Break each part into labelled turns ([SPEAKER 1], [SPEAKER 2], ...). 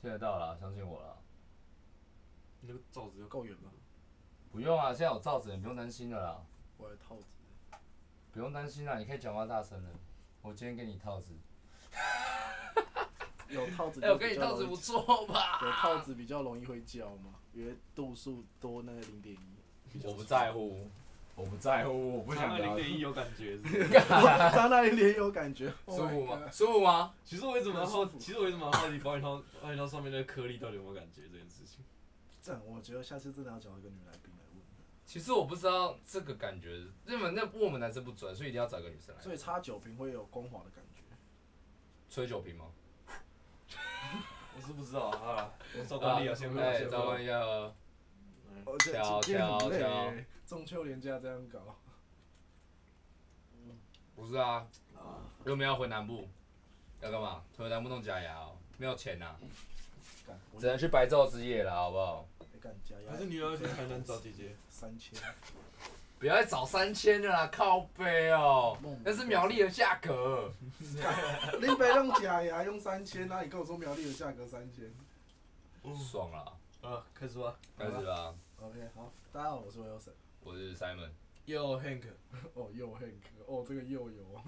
[SPEAKER 1] 听得到啦，相信我啦。
[SPEAKER 2] 你那个罩子要够远吧？
[SPEAKER 1] 不用啊，现在有罩子，你不用担心了啦，
[SPEAKER 2] 我来套子。
[SPEAKER 1] 不用担心啦，你可以讲话大声了。我今天给你套子，
[SPEAKER 2] 有套子，
[SPEAKER 1] 哎、我给你套子不错吧？
[SPEAKER 2] 有套子比较容易会叫嘛，因为度数多那个零点 一。
[SPEAKER 1] 我不在乎，我不在乎，我不想
[SPEAKER 3] 零
[SPEAKER 1] 聊。
[SPEAKER 3] 点一有感觉是不 是
[SPEAKER 2] 张大零点有感觉，
[SPEAKER 1] 舒服
[SPEAKER 2] Oh my
[SPEAKER 1] 吗？
[SPEAKER 2] god？
[SPEAKER 1] 啊舒服吗？
[SPEAKER 3] 其实我一直蛮好，
[SPEAKER 2] 很舒服
[SPEAKER 3] 其实我一直蛮好奇保险套保险套上面那个颗粒到底有没有感觉这件事情。
[SPEAKER 2] 这样我觉得下次真的要找一个女来宾来问，
[SPEAKER 1] 其实我不知道这个感觉，因为那我们男生不准，所以一定要找一个女生来
[SPEAKER 2] 所以插酒瓶会有光滑的感觉。
[SPEAKER 1] 吹酒瓶吗？
[SPEAKER 3] 我是不知道啊，我照
[SPEAKER 1] 啊
[SPEAKER 3] 惯例啊，先不
[SPEAKER 1] 哎，
[SPEAKER 3] 先
[SPEAKER 1] 找
[SPEAKER 3] 不
[SPEAKER 1] 关一下哦。
[SPEAKER 2] 而且
[SPEAKER 1] 挑
[SPEAKER 2] 今天很累
[SPEAKER 1] 挑
[SPEAKER 2] 欸，中秋连假这样搞，
[SPEAKER 1] 不是啊，又没有回南部，要干嘛？回南部弄假牙哦，没有钱呐，
[SPEAKER 2] 干我
[SPEAKER 1] 只能去白昼之夜了，好不好？
[SPEAKER 2] 哎干加压
[SPEAKER 3] 还是你要去台南找姐姐？
[SPEAKER 2] 三千，
[SPEAKER 1] 不要再找三千的啦，靠背哦
[SPEAKER 2] 梦，
[SPEAKER 1] 那是苗栗的价格。
[SPEAKER 2] 你别用假牙用三千，那你跟我说苗栗的价格三千
[SPEAKER 1] 爽啦，
[SPEAKER 3] 啊，开始吧。
[SPEAKER 1] 开始啦，
[SPEAKER 2] ？OK，好，大家好，我是 Wilson，
[SPEAKER 1] 我是 Simon。
[SPEAKER 3] Yo Hank，
[SPEAKER 2] 哦又 Hank，哦这个又有。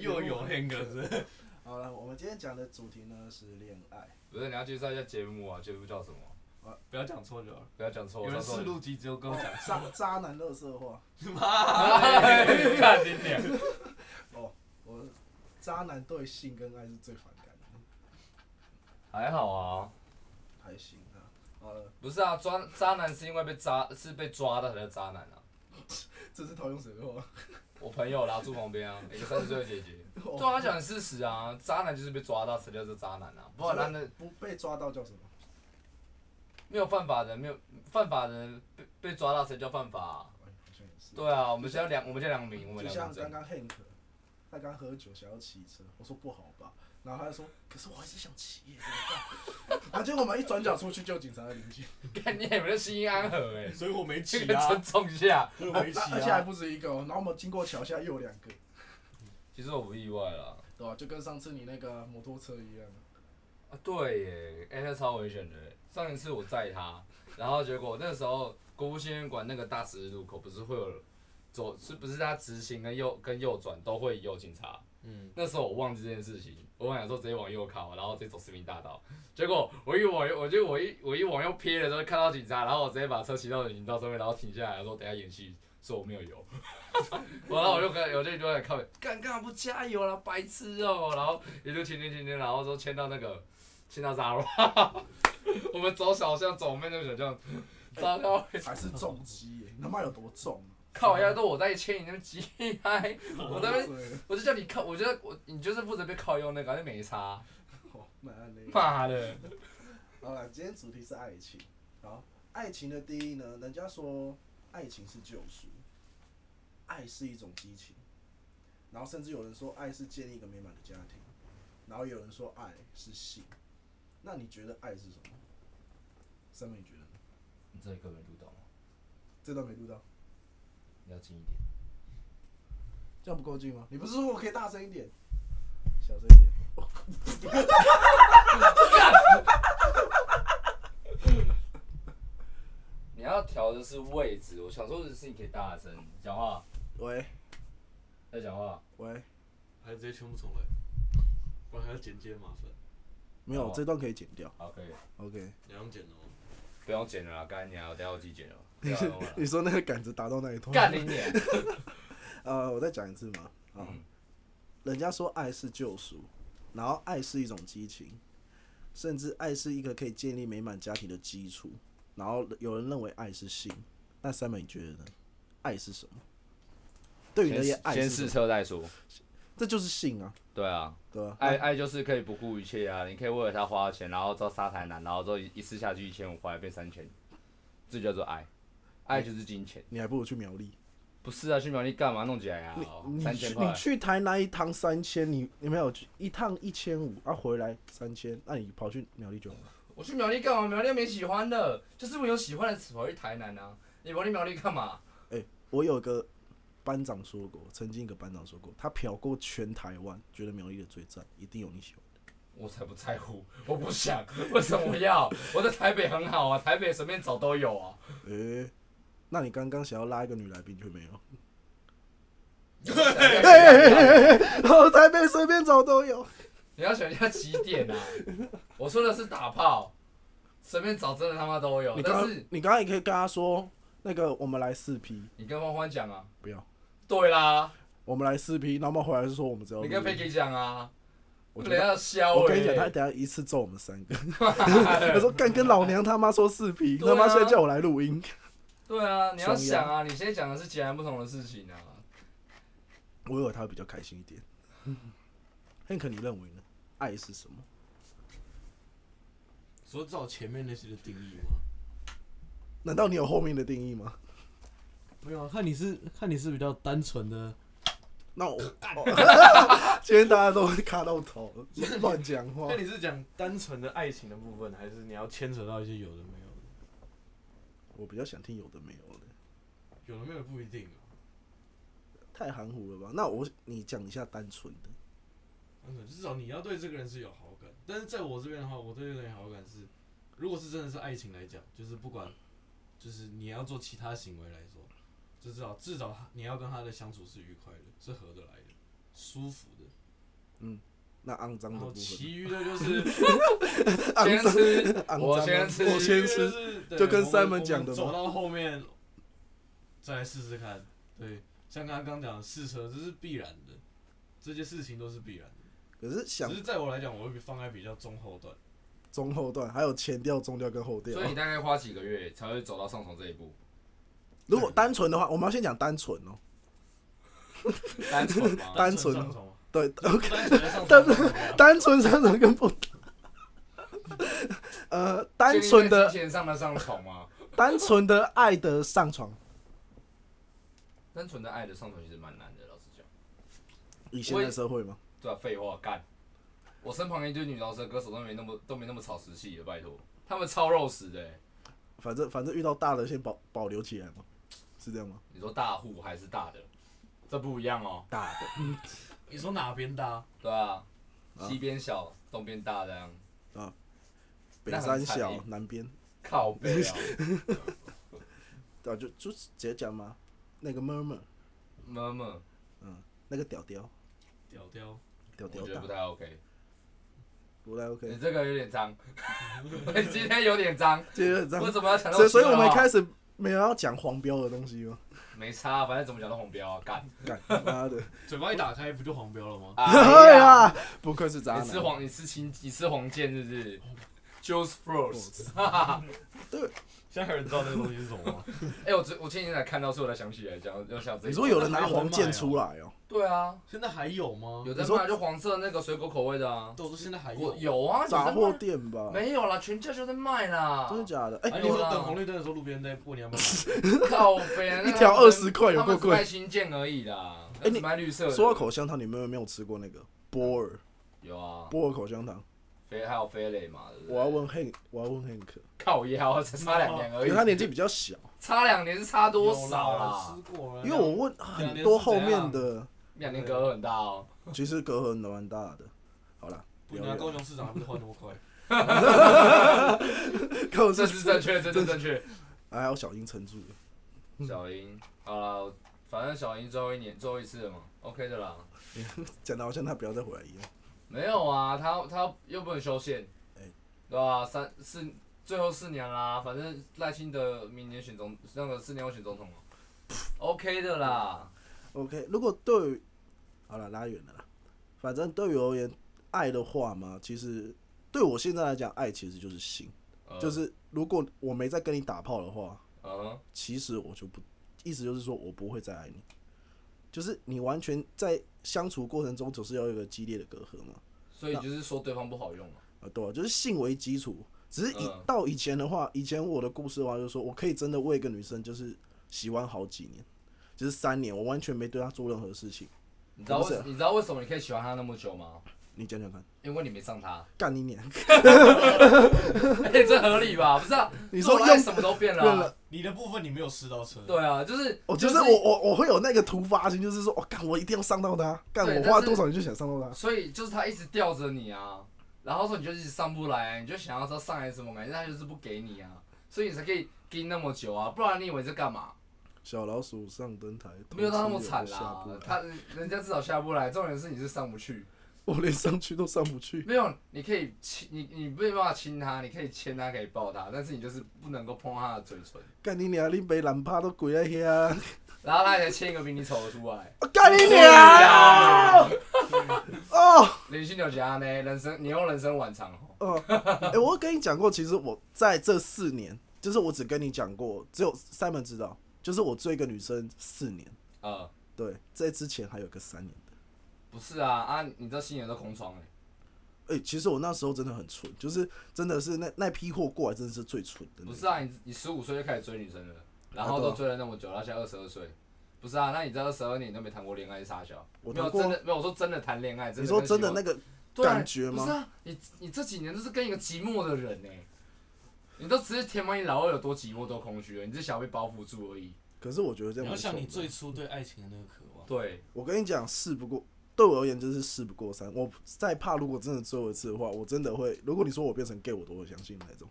[SPEAKER 3] 又有 Hank 是不是？
[SPEAKER 2] 好了，我们今天讲的主题呢是恋爱。
[SPEAKER 1] 不是，你要介绍一下节目啊？节目叫什么？
[SPEAKER 3] 不要讲错就好了。
[SPEAKER 1] 不要讲错，
[SPEAKER 3] 有人
[SPEAKER 1] 到时候
[SPEAKER 3] 试录集只有跟我 讲，
[SPEAKER 2] 渣渣男乐色话，
[SPEAKER 1] 哎看你脸。
[SPEAKER 2] 哦我渣男对性跟爱是最反感的，
[SPEAKER 1] 还好啊，
[SPEAKER 2] 还行啊。好了，
[SPEAKER 1] 不是啊，抓渣男是因为被渣是被抓到才叫渣男啊。
[SPEAKER 2] 这是套用谁的话？
[SPEAKER 1] 我朋友啦住旁边啊，一个三十岁的姐 姐，
[SPEAKER 2] 哦
[SPEAKER 1] 对他讲事实啊，渣男就是被抓到才叫做渣男啊，不然他那
[SPEAKER 2] 不被抓到叫什么？
[SPEAKER 1] 没有犯法的，没有犯法的人被被抓到才叫犯法啊、
[SPEAKER 2] 哎，好像也是。
[SPEAKER 1] 对啊，我们叫良，我们叫良民，我们
[SPEAKER 2] 就
[SPEAKER 1] 良
[SPEAKER 2] 像
[SPEAKER 1] 民证。
[SPEAKER 2] 刚刚 Hank，他刚喝酒想要骑车，我说不好吧，然后他就说，可是我还是想骑耶，怎么办？然后结果我们一转角出去就有警察在临检，
[SPEAKER 1] 看 你有没有心安和哎、
[SPEAKER 3] 所以我没
[SPEAKER 1] 这
[SPEAKER 3] 起
[SPEAKER 1] 个
[SPEAKER 3] 啊，
[SPEAKER 1] 尊重一下。
[SPEAKER 3] 所以我没起
[SPEAKER 2] 而且还
[SPEAKER 3] 啊。
[SPEAKER 2] 不止一个哦。然后我们经过桥下又有两个，
[SPEAKER 1] 其实我不意外啦。
[SPEAKER 2] 对吧、就跟上次你那个摩托车一样。
[SPEAKER 1] 啊，对耶，哎、那超危险的耶。上一次我载他，然后结果那时候国父纪念馆那个大十字路口不是会有走，是不是他直行跟右跟右转都会有警察？
[SPEAKER 3] 嗯，
[SPEAKER 1] 那时候我忘记这件事情，我本来想说直接往右靠，然后直接走市民大道，结果我一往右，我就我一我一往右瞥的时候看到警察，然后我直接把车骑到人行道上面，然后停下来说等一下演戏，说我没有油，然后我就跟我就一直在靠，干干嘛不加油啦，白痴哦、然后也就停停停停，然后说牵到那个牵到 Zara，我 们走小巷走我们那个小巷，糟糕，
[SPEAKER 2] 还是重击耶，你他妈有多重？啊
[SPEAKER 1] 靠呀，都我在牵你那么急，嗨，我在那边
[SPEAKER 2] 对，
[SPEAKER 1] 我就叫你靠，我觉得我你就是负责被靠用那个，就没差。
[SPEAKER 2] 哦，蛮暗的。
[SPEAKER 1] 妈的，
[SPEAKER 2] 好了，今天主题是爱情。好，爱情的定义呢？人家说爱情是救赎，爱是一种激情，然后甚至有人说爱是建立一个美满的家庭，然后有人说爱是性。那你觉得爱是什么？三妹，你觉得呢？
[SPEAKER 1] 你这里根本录到吗？
[SPEAKER 2] 这段没录到，
[SPEAKER 1] 你要近一点。
[SPEAKER 2] 这样不够劲吗？你不是说我可以大声一点，小声一点？
[SPEAKER 1] 你要调的是位置，我想说的是你可以大声讲话，
[SPEAKER 2] 喂
[SPEAKER 1] 在讲话。
[SPEAKER 2] 喂，
[SPEAKER 3] 还是直接全部重来，不然还要剪接麻烦。
[SPEAKER 2] 没
[SPEAKER 1] 好
[SPEAKER 2] 有，
[SPEAKER 1] 啊
[SPEAKER 2] 这段可以剪掉。
[SPEAKER 1] 好，可以，
[SPEAKER 2] OK，
[SPEAKER 3] 你要剪哦。
[SPEAKER 1] 不用剪了啦，干你啊，我等下我自己剪了。不要弄了
[SPEAKER 2] 你说那个杆子打到那 一头，
[SPEAKER 1] 干你脸！
[SPEAKER 2] 呃，我再讲一次嘛。啊、
[SPEAKER 1] 嗯
[SPEAKER 2] 人家说爱是救赎，然后爱是一种激情，甚至爱是一个可以建立美满家庭的基础。然后有人认为爱是性，那三美你觉得呢？爱是什么？对你而言，爱
[SPEAKER 1] 先
[SPEAKER 2] 是
[SPEAKER 1] 试
[SPEAKER 2] 什么
[SPEAKER 1] 车再说。
[SPEAKER 2] 这就是性啊，
[SPEAKER 1] 对啊，
[SPEAKER 2] 对吧、
[SPEAKER 1] 爱爱就是可以不顾一切啊，你可以为了他花钱，然后到沙台南，然后之后一次下去一千五，回来变三千，这就叫做爱。爱就是金钱，
[SPEAKER 2] 你还不如去苗栗，
[SPEAKER 1] 不是啊？去苗栗干嘛弄起来啊？
[SPEAKER 2] 你
[SPEAKER 1] 三千
[SPEAKER 2] 去
[SPEAKER 1] 块
[SPEAKER 2] 你，去台南一趟三千，你你没有去一趟一千五，啊回来三千，那你跑去苗栗就好了。
[SPEAKER 1] 我去苗栗干嘛？苗栗又没喜欢的，就是我有喜欢的词跑去台南啊。你跑去苗栗干嘛？
[SPEAKER 2] 哎我有个班长说过，曾经一个班长说过，他嫖过全台湾，觉得苗栗的最赞，一定有你喜欢的。
[SPEAKER 1] 我才不在乎，我不想， 为什么要？我在台北很好啊，台北随便找都有 啊。
[SPEAKER 2] 诶、那你刚刚想要拉一个女来宾却没有？
[SPEAKER 1] 对
[SPEAKER 2] 好，台北随便找都有。
[SPEAKER 1] 你要选一下几点啊？我说的是打炮，随便找真的他妈都有
[SPEAKER 2] 你。刚
[SPEAKER 1] 但
[SPEAKER 2] 刚
[SPEAKER 1] 是
[SPEAKER 2] 你刚刚也可以跟他说，那个我们来四批，
[SPEAKER 1] 你跟欢欢讲啊，
[SPEAKER 2] 不要，
[SPEAKER 1] 对啦，
[SPEAKER 2] 我们来四批，然后我们回来就说我们只要
[SPEAKER 1] 你跟
[SPEAKER 2] 录音
[SPEAKER 1] Peggy 讲啊，我
[SPEAKER 2] 我觉
[SPEAKER 1] 等一
[SPEAKER 2] 得
[SPEAKER 1] 下削
[SPEAKER 2] 我
[SPEAKER 1] 我
[SPEAKER 2] 跟你讲，他等一下一次揍我们三个。他说干跟老娘他妈说四批，
[SPEAKER 1] 对
[SPEAKER 2] 他
[SPEAKER 1] 啊
[SPEAKER 2] 妈现在叫我来录音，
[SPEAKER 1] 对啊，你要
[SPEAKER 2] 双鸭
[SPEAKER 1] 想啊，你现在讲的是截然不同的事情啊。
[SPEAKER 2] 我以为他会比较开心一点。Hank，你认为呢？爱是什么？
[SPEAKER 3] 所以照前面那些的定义吗？
[SPEAKER 2] 难道你有后面的定 义吗？
[SPEAKER 3] 没有啊，看你是看你是比较单纯的，
[SPEAKER 2] 那我哦 今天大家都卡到头，乱讲话
[SPEAKER 3] 那。你是讲单纯的爱情的部分，还是你要牵扯到一些有的没有的？
[SPEAKER 2] 我比较想听有的没有的，
[SPEAKER 3] 有的没有的不一定啊，
[SPEAKER 2] 太含糊了吧？那我你讲一下单纯的。
[SPEAKER 3] 单纯至少你要对这个人是有好感。但是在我这边的话，我对这个人有好感是，如果是真的是爱情来讲，就是不管，就是你要做其他行为来说，就至少至少他你要跟他的相处是愉快的，是合得来的，舒服的。
[SPEAKER 2] 那肮脏的
[SPEAKER 3] 然后
[SPEAKER 2] 部分，
[SPEAKER 3] 其余的就是。
[SPEAKER 1] 先
[SPEAKER 2] 肮脏
[SPEAKER 1] 吃，我
[SPEAKER 2] 肮
[SPEAKER 1] 先
[SPEAKER 2] 脏
[SPEAKER 1] 吃
[SPEAKER 2] 的，我先吃。
[SPEAKER 3] 吃
[SPEAKER 2] 就跟 Simon 讲的嘛
[SPEAKER 3] 走到后面再来试试看。对，像刚刚讲的试车，这是必然的，这些事情都是必然的。
[SPEAKER 2] 可是想
[SPEAKER 3] 只是在我来讲，我会放在比较中后段。
[SPEAKER 2] 中后段，还有前调、中调跟后调
[SPEAKER 1] 所。以你大概花几个月才会走到上床这一步？
[SPEAKER 2] 如果单纯的话，我们要先讲单纯哦。
[SPEAKER 1] 单纯吗？
[SPEAKER 2] 单纯
[SPEAKER 3] 上床吗，
[SPEAKER 2] 对，
[SPEAKER 3] 单纯上
[SPEAKER 2] 单
[SPEAKER 3] 床吗怎么样，
[SPEAKER 2] 单纯上床跟不， 呃， 单纯
[SPEAKER 1] 建立在
[SPEAKER 2] 的
[SPEAKER 1] 金钱上的上床吗？
[SPEAKER 2] 单纯的爱的上床。
[SPEAKER 1] 单纯的爱的上床其实蛮难的，老实讲。
[SPEAKER 2] 以现在社会吗？
[SPEAKER 1] 对啊，废话干。我身旁一堆女饶舌歌手都没那么都没那么草食系的，拜托，他们超肉食的、欸。
[SPEAKER 2] 反正反正遇到大的先保保留起来嘛，是这样吗？
[SPEAKER 1] 你说大户还是大的，这不一样哦。
[SPEAKER 2] 大的
[SPEAKER 3] 你说哪边搭？
[SPEAKER 1] 对啊，
[SPEAKER 2] 啊
[SPEAKER 1] 西边小，东边大这样。
[SPEAKER 2] 北
[SPEAKER 1] 那很
[SPEAKER 2] 山
[SPEAKER 1] 惨
[SPEAKER 2] 小
[SPEAKER 1] 欸
[SPEAKER 2] 南边，
[SPEAKER 1] 靠背 啊，
[SPEAKER 2] 对啊，就就直接讲嘛。那个 murmur，嗯
[SPEAKER 1] 妈妈，
[SPEAKER 2] 那个屌屌
[SPEAKER 3] 屌 屌，
[SPEAKER 2] 屌屌
[SPEAKER 1] 我觉得不，嗯
[SPEAKER 2] 大
[SPEAKER 1] 太 OK。
[SPEAKER 2] 不太
[SPEAKER 1] 你
[SPEAKER 2] OK。
[SPEAKER 1] 这个有点脏， 你今天有点脏，
[SPEAKER 2] 这就是这样
[SPEAKER 1] 为，什么要强调？
[SPEAKER 2] 所以所以我们一开始没有要讲黄标的东西吗？
[SPEAKER 1] 没差，反正怎么讲都红标啊，干。
[SPEAKER 2] 干妈的，
[SPEAKER 3] 嘴巴一打开不就黄标了吗？
[SPEAKER 1] 哎
[SPEAKER 2] 哎
[SPEAKER 1] 呀，
[SPEAKER 2] 呀，不愧是渣
[SPEAKER 1] 你吃
[SPEAKER 2] 男。
[SPEAKER 1] 黄，你吃青，你吃黄剑是不是？Juice Frost。
[SPEAKER 3] 现在还有人知道那个东西是什么 吗？
[SPEAKER 1] 哎，我昨我前几天才看到，所以我才想起来讲，要想这个。
[SPEAKER 2] 你说有人拿黄剑出来哦，
[SPEAKER 1] 对啊，
[SPEAKER 3] 现在还有吗？
[SPEAKER 1] 哦有
[SPEAKER 2] 你
[SPEAKER 1] 在
[SPEAKER 2] 说
[SPEAKER 1] 卖就黄色那个水果口味的啊，
[SPEAKER 3] 都说现在还有
[SPEAKER 1] 我。有啊，有在卖
[SPEAKER 2] 杂货店吧？
[SPEAKER 1] 没有啦，全家就在卖啦，
[SPEAKER 2] 真的假的？
[SPEAKER 3] 哎，
[SPEAKER 2] 哎，
[SPEAKER 3] 你
[SPEAKER 1] 有
[SPEAKER 3] 说
[SPEAKER 1] 啦
[SPEAKER 3] 等红绿灯的时候，路边在问你要不要 买？
[SPEAKER 1] 靠北啊，那个
[SPEAKER 2] 一条
[SPEAKER 1] 他们
[SPEAKER 2] 20块有够贵
[SPEAKER 1] 他们只卖新建而已啦，
[SPEAKER 2] 哎你
[SPEAKER 1] 只卖绿色的，
[SPEAKER 2] 说到口香糖，你们有没有吃过那个波尔
[SPEAKER 1] 有啊，
[SPEAKER 2] 波尔口香糖？
[SPEAKER 1] 飞还有飞磊嘛，对不对
[SPEAKER 2] 我要问 Hank，我要问 Hank，
[SPEAKER 1] 靠腰，我才差两年
[SPEAKER 2] 因
[SPEAKER 1] 而
[SPEAKER 2] 为
[SPEAKER 1] 已，
[SPEAKER 2] 他年纪比较小，差
[SPEAKER 1] 差两年是差多少
[SPEAKER 3] 有啦
[SPEAKER 1] 啦？
[SPEAKER 3] 我吃过啊了。
[SPEAKER 2] 啊因为我问很多后面的，
[SPEAKER 1] 两年隔很大哦，
[SPEAKER 2] 其实隔阂蛮大的。好啦，
[SPEAKER 3] 不拿高雄市长还不是换那么快？
[SPEAKER 2] 高
[SPEAKER 1] 这
[SPEAKER 2] 是
[SPEAKER 1] 是正确，这是正确。
[SPEAKER 2] 还有小英撑住了，嗯
[SPEAKER 1] 小英，好啦，反正小英最后一年最后一次了嘛，OK 的啦。
[SPEAKER 2] 讲的好像他不要再回来一样。
[SPEAKER 1] 没有啊，他他又不能修宪，
[SPEAKER 2] 哎
[SPEAKER 1] 对吧、三四最后四年啦，反正赖清德明年选总那个四年后选总统嘛，OK 的啦。
[SPEAKER 2] OK，如果对于，好了，拉远了啦。反正对于我而言，爱的话嘛，其实对我现在来讲，爱其实就是性，
[SPEAKER 1] 呃
[SPEAKER 2] 就是如果我没在跟你打炮的话，
[SPEAKER 1] 嗯，
[SPEAKER 2] 其实我就不，意思就是说我不会再爱你，就是你完全在相处过程中总是要有一个激烈的隔阂嘛，
[SPEAKER 1] 所以就是说对方不好用嘛。
[SPEAKER 2] 啊，对啊，就是性为基础。只是以、
[SPEAKER 1] 嗯
[SPEAKER 2] 到以前的话，以前我的故事的话，就是说我可以真的为一个女生就是喜欢好几年，就是三年，我完全没对她做任何事情。
[SPEAKER 1] 你知道
[SPEAKER 2] 不是
[SPEAKER 1] 为你知道为什么你可以喜欢他那么久吗？
[SPEAKER 2] 你讲讲看，
[SPEAKER 1] 因为你没上 他，
[SPEAKER 2] 干 你娘！
[SPEAKER 1] 哎、这合理吧？不是啊，
[SPEAKER 2] 你说
[SPEAKER 1] 做爱
[SPEAKER 2] 用
[SPEAKER 1] 什么都变了
[SPEAKER 2] 对
[SPEAKER 1] 啊、
[SPEAKER 2] 了，
[SPEAKER 3] 你的部分你没有试到车，
[SPEAKER 1] 对啊，就是
[SPEAKER 2] 我就是我我我会有那个突发性，就是说，我、哦、干我一定要上到她，干
[SPEAKER 1] 对
[SPEAKER 2] 我
[SPEAKER 1] 但
[SPEAKER 2] 花
[SPEAKER 1] 是
[SPEAKER 2] 多少钱就想上到她。
[SPEAKER 1] 所以就是他一直吊着你啊，然后说你就一直上不来，你就想要知道上来是什么感觉，但他就是不给你啊，所以你才可以盯那么久啊，不然你以为在干嘛？
[SPEAKER 2] 小老鼠上灯台，
[SPEAKER 1] 没有到那么惨
[SPEAKER 2] 下
[SPEAKER 1] 啦
[SPEAKER 2] 不，来
[SPEAKER 1] 他人家至少下不来，重点是你是上不去，
[SPEAKER 2] 我连上去都上不去。
[SPEAKER 1] 没有你可以亲你你没有办法亲他，你可以牵他，可以抱他，但是你就是不能够碰他的嘴唇，
[SPEAKER 2] 干你娘！你被懒趴都跪在 遐，啊
[SPEAKER 1] 然后他才牵一个比你丑的出 来。
[SPEAKER 2] 干你
[SPEAKER 1] 啊
[SPEAKER 2] 娘！哦
[SPEAKER 1] 林心有讲呢，人生你用人生晚长哦，
[SPEAKER 2] 哦， 哎，我跟你讲过，其实我在这四年，就是我只跟你讲过，只有 Simon 知道，就是我追一个女生四年，
[SPEAKER 1] 呃，
[SPEAKER 2] 对，在之前还有个三年的。
[SPEAKER 1] 不是啊啊，你这新人都空窗哎、
[SPEAKER 2] 哎、其实我那时候真的很蠢，就是真的是那那批货过来，真的是最蠢的那个。
[SPEAKER 1] 不是啊，你你十五岁就开始追女生了，然
[SPEAKER 2] 啊
[SPEAKER 1] 后
[SPEAKER 2] 对啊
[SPEAKER 1] 都追了那么久，然后现在二十二岁，不是啊？那你这二十二年都没谈过恋爱是啥小？
[SPEAKER 2] 我
[SPEAKER 1] 没有
[SPEAKER 2] 谈过啊
[SPEAKER 1] 真的没有，我说真的谈恋爱，
[SPEAKER 2] 你说
[SPEAKER 1] 跟
[SPEAKER 2] 真的
[SPEAKER 1] 喜
[SPEAKER 2] 那
[SPEAKER 1] 欢
[SPEAKER 2] 个
[SPEAKER 1] 对啊
[SPEAKER 2] 感觉吗
[SPEAKER 1] 不是啊，你你这几年都是跟一个寂寞的人呢、欸你都只是填满你老二有多寂寞多空虚了，你只是想要被包覆住而已。
[SPEAKER 2] 可是我觉得这
[SPEAKER 3] 你
[SPEAKER 2] 样
[SPEAKER 3] 要
[SPEAKER 2] 蛮
[SPEAKER 3] 想
[SPEAKER 2] 爽
[SPEAKER 3] 你最
[SPEAKER 2] 的。
[SPEAKER 3] 初对爱情的那个渴望，
[SPEAKER 1] 对，
[SPEAKER 2] 我跟你讲，事不过对我而言就是事不过三。我再怕，如果真的追我一次的话，我真的会。如果你说我变成 gay，我都会相信那种。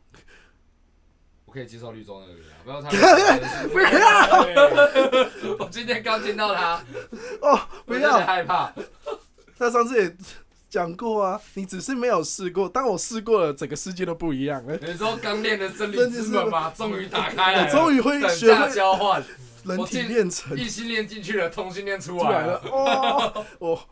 [SPEAKER 1] 我可以接受绿洲那个人啊，不 要他不要。我今天刚见到他，
[SPEAKER 2] 哦，
[SPEAKER 1] 我
[SPEAKER 2] 不
[SPEAKER 1] 有点
[SPEAKER 2] 要！
[SPEAKER 1] 害怕。
[SPEAKER 2] 他上次也讲过啊，你只是没有试过。当我试过了，整个世界都不一样了。
[SPEAKER 1] 你说刚练的真理之门吗？ 终于打开了，
[SPEAKER 2] 我终于会
[SPEAKER 1] 哎等
[SPEAKER 2] 学
[SPEAKER 1] 价
[SPEAKER 2] 会
[SPEAKER 1] 交换，
[SPEAKER 2] 人
[SPEAKER 1] 我
[SPEAKER 2] 体
[SPEAKER 1] 进
[SPEAKER 2] 炼 成
[SPEAKER 1] 异性恋进去了，同性恋出
[SPEAKER 2] 出
[SPEAKER 1] 来
[SPEAKER 2] 来了
[SPEAKER 1] 了。
[SPEAKER 2] 哦，我会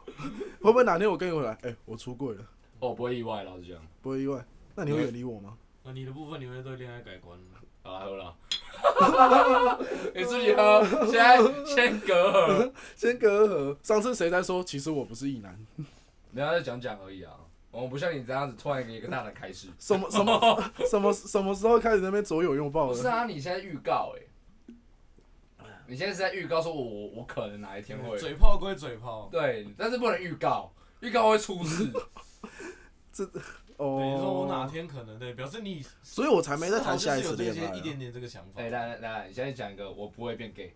[SPEAKER 2] 不会哪天我跟你回来？哎、我出柜了，
[SPEAKER 1] 哦，不会意外，老实讲。
[SPEAKER 2] 不会意外。那你会远离我吗？
[SPEAKER 3] 那你的部分你会对恋爱改观吗？
[SPEAKER 1] 好了，喝了。 你自己喝，现在先隔阂，
[SPEAKER 2] 先隔阂。上次谁在说？其实我不是异男。
[SPEAKER 1] 人家就讲讲而已啊。我们不像你这样子突然给一个大的开始。
[SPEAKER 2] 什么 什么什么什么时候开始那边左右拥抱
[SPEAKER 1] 不是
[SPEAKER 2] 了？
[SPEAKER 1] 啊，你现在预告哎、你现在是在预告说我我我可能哪一天会
[SPEAKER 3] 嘴炮归嘴炮，
[SPEAKER 1] 对，但是不能预告，预告会出 事。
[SPEAKER 3] 对，
[SPEAKER 2] 哦，
[SPEAKER 3] 你说我哪？天可能对，表示你
[SPEAKER 2] 所以我才没在谈下一次
[SPEAKER 3] 有这
[SPEAKER 2] 恋
[SPEAKER 3] 些
[SPEAKER 2] 爱
[SPEAKER 3] 一点
[SPEAKER 2] 啊。
[SPEAKER 3] 点这个想法
[SPEAKER 1] 哎、。来来来，你现在讲一个，我不会变 gay。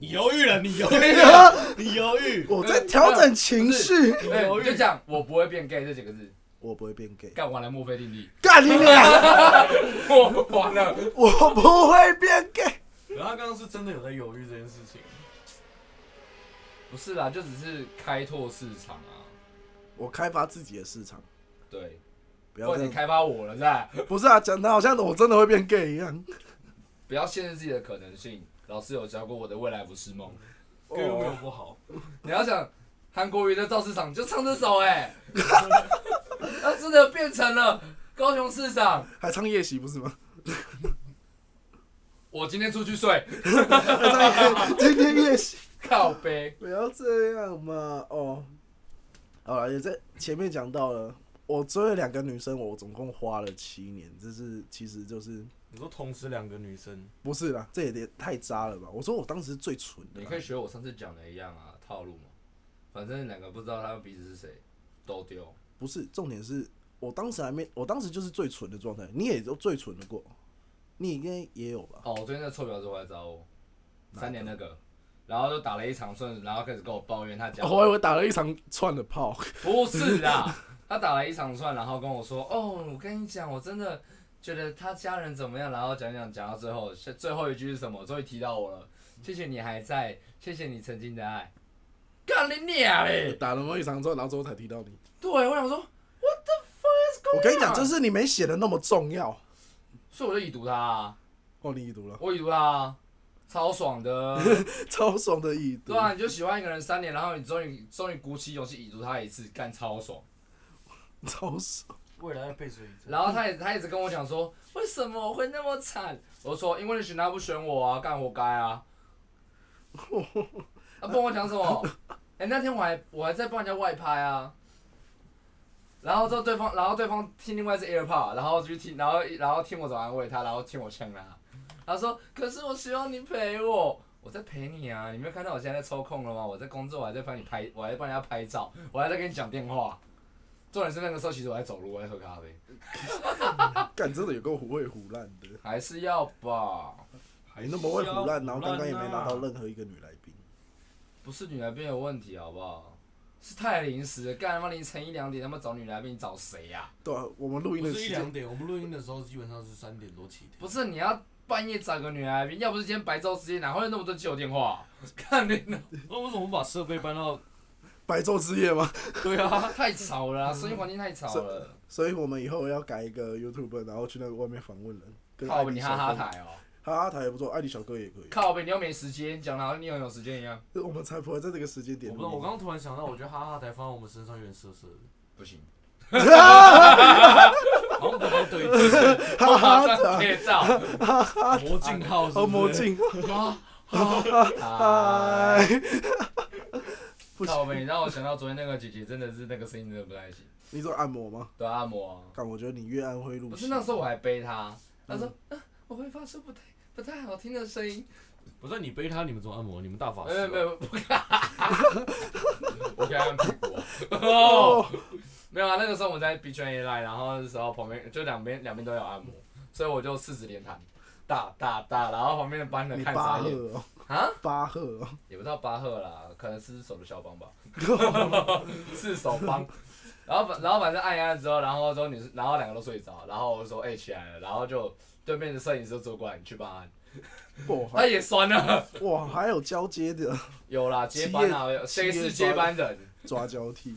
[SPEAKER 3] 你犹豫了，你犹豫了，你犹 豫。
[SPEAKER 2] 我在调整情绪，
[SPEAKER 1] 对，哎你就讲我不会变 gay 这几个字，
[SPEAKER 2] 我不会变 gay。
[SPEAKER 1] 干完了墨菲定律，
[SPEAKER 2] 干你俩！
[SPEAKER 1] 我完了，
[SPEAKER 2] 我不会变 gay。
[SPEAKER 3] 然后他刚刚是真的有在犹豫这件事情，
[SPEAKER 1] 不是啦，就只是开拓市场啊，
[SPEAKER 2] 我开发自己的市场，
[SPEAKER 1] 对，
[SPEAKER 2] 不
[SPEAKER 1] 不
[SPEAKER 2] 要
[SPEAKER 1] 然
[SPEAKER 2] 这
[SPEAKER 1] 你
[SPEAKER 2] 样。
[SPEAKER 1] 开发我了是吧？
[SPEAKER 2] 不是啊，讲的好像我真的会变 gay 一样。
[SPEAKER 1] 不要限制自己的可能性。老师有教过我的未来不是 梦，
[SPEAKER 3] 歌又没有
[SPEAKER 2] 哦，
[SPEAKER 3] 不好。
[SPEAKER 1] 你要想韩国瑜的造市场就唱这首哎、 他真的变成了高雄市长。
[SPEAKER 2] 还唱夜袭不是吗？
[SPEAKER 1] 我今天出去睡，
[SPEAKER 2] 还唱夜今天夜袭，
[SPEAKER 1] 靠背。
[SPEAKER 2] 不要这样嘛。哦，好了，也在前面讲到了，我追了两个女生，我总共花了七年，这是其实就是。
[SPEAKER 3] 你说同时两个女生，
[SPEAKER 2] 不是啦，这也得太渣了吧！我说我当时是最蠢的
[SPEAKER 1] 你
[SPEAKER 2] 啦，
[SPEAKER 1] 可以学我上次讲的一样啊，套路嘛。反正两个不知道他们彼此是谁，都丢。
[SPEAKER 2] 不是重点是我当时还没，我当时就是最蠢的状态，你也都最蠢的过，你应该也有吧？
[SPEAKER 1] 哦，我最近那臭婊子回来找我，
[SPEAKER 2] 哪个
[SPEAKER 1] 三年那个，然后就打了一场算，然后开始哦跟我抱怨他讲，
[SPEAKER 2] 哦我以为打了一场串的炮，
[SPEAKER 1] 不是啦， 他打了一场算，然后跟我说，哦，我跟你讲，我真的觉得他家人怎么样，然后讲讲讲到最后，是最后一句是什么？终于提到我了，谢谢你还在，谢谢你曾经的爱，干你娘嘞！
[SPEAKER 2] 哎打了某一场之后，然后之后才提到你。
[SPEAKER 1] 对，啊我想说，
[SPEAKER 2] 我跟你讲，就是你没写的那么重要
[SPEAKER 1] 所以我就已读他、啊，
[SPEAKER 2] 哦，你已读了，
[SPEAKER 1] 我已读他、啊，超爽的。
[SPEAKER 2] 超爽的已读
[SPEAKER 1] 对。啊，你就喜欢一个人三年，然后你终于终于鼓起勇气已读他一次，干超爽。
[SPEAKER 2] 超爽。
[SPEAKER 3] 未来的背水一战。
[SPEAKER 1] 然后他也他一直跟我讲说，为什么我会那么惨？我说因为你选他不选我啊，干活该啊。他、啊、不跟我讲什么？哎、那天我还我还在帮人家外拍啊。然后之后对方，然后对方听另外一只 AirPod，然后就听，然后然后听我怎么安慰他，然后听我呛他。他说：“可是我希望你陪我，我在陪你啊！你没有看到我现在在抽空了吗？我在工作，我还在帮你拍，我还在帮人家拍照，我还在跟你讲电话。重点是那个时候，其实我在走路，我在喝咖啡。
[SPEAKER 2] 干真的有够胡会胡烂的，哎
[SPEAKER 1] 还是要吧，
[SPEAKER 3] 还
[SPEAKER 2] 你那么会胡烂，
[SPEAKER 3] 是要
[SPEAKER 2] 然后
[SPEAKER 3] 胡
[SPEAKER 2] 刚刚也
[SPEAKER 3] 啊
[SPEAKER 2] 没拿到任何一个女来宾。
[SPEAKER 1] 不是女来宾有问题，好不好？是太临时了，干他妈凌晨一两点他妈找女来宾找谁呀、
[SPEAKER 2] 对啊、我们录音
[SPEAKER 3] 不
[SPEAKER 2] 的
[SPEAKER 3] 是
[SPEAKER 2] 时
[SPEAKER 3] 一
[SPEAKER 2] 间
[SPEAKER 3] 两点，我们录音的时候基本上是三点多起跳。
[SPEAKER 1] 不是你要半夜找个女来宾，要不是今天白昼之夜，哪会有那么多酒电 话、看你那
[SPEAKER 3] 那为什么不把设备搬到？
[SPEAKER 2] 白昼之夜嘛，
[SPEAKER 1] 对啊，太吵了啊，声音环境太吵了，
[SPEAKER 2] 所以我们以后要改一个 YouTube，然后去那个外面访问人，跟
[SPEAKER 1] 靠
[SPEAKER 2] 艾
[SPEAKER 1] 北
[SPEAKER 2] 迪
[SPEAKER 1] 你
[SPEAKER 2] 小
[SPEAKER 1] 哈哈
[SPEAKER 2] 哥，
[SPEAKER 1] 台哦、
[SPEAKER 2] 哈哈台也不错，艾迪小哥也可以，
[SPEAKER 1] 靠北你又没时间，讲的好像你很有时间一样，
[SPEAKER 2] 就我们才不会在这个时间
[SPEAKER 3] 我
[SPEAKER 2] 点
[SPEAKER 3] 不知道，
[SPEAKER 2] 录
[SPEAKER 3] 我
[SPEAKER 2] 音。
[SPEAKER 3] 刚刚突然想到，我觉得哈哈台放在我们身上有点涩涩的，
[SPEAKER 1] 不行，
[SPEAKER 3] 好像不太对劲。
[SPEAKER 1] 哈哈 上贴照，
[SPEAKER 3] 魔镜号是不是
[SPEAKER 2] 哦，魔，镜，
[SPEAKER 1] 啊啊
[SPEAKER 2] 嗨，不行
[SPEAKER 1] 靠北，你让我想到昨天那个姐姐，真的是那个声音真的不太行，
[SPEAKER 2] 你说按摩吗？
[SPEAKER 1] 对啊按摩啊、
[SPEAKER 2] 干，我觉得你越按会录。
[SPEAKER 1] 不是那时候我，还背她，她说、啊我会发出不太不太好听的声音，
[SPEAKER 3] 不是你背他，你们怎么按摩？你们大法师
[SPEAKER 1] 没
[SPEAKER 3] 哦？
[SPEAKER 1] 有没有，不敢，我给他们屁股。
[SPEAKER 2] 哦，
[SPEAKER 1] 没有啊，那个时候我们在 B 圈 A line，然后那时候旁边就两边两边都有按摩，所以我就四指连弹，大大大，然后旁边的班人
[SPEAKER 2] 你
[SPEAKER 1] 看
[SPEAKER 2] 巴
[SPEAKER 1] 傻
[SPEAKER 2] 赫
[SPEAKER 1] 眼
[SPEAKER 2] 哦，
[SPEAKER 1] 啊，
[SPEAKER 2] 巴赫哦，
[SPEAKER 1] 也不知道巴赫啦，可能是手的肖邦吧， 四手帮。然后反然后反正按一按之后，然后之后女生，然后两个都睡着，然后我就说哎、起来了，然后就对面的摄影师就走过来，你去帮他按，
[SPEAKER 2] 哇
[SPEAKER 1] 他
[SPEAKER 2] 还
[SPEAKER 1] 也酸了，
[SPEAKER 2] 哇还有交接的
[SPEAKER 1] 有 啦，接班啊，有
[SPEAKER 2] 企
[SPEAKER 1] 谁
[SPEAKER 2] 业
[SPEAKER 1] 是接班人？
[SPEAKER 2] 抓交替，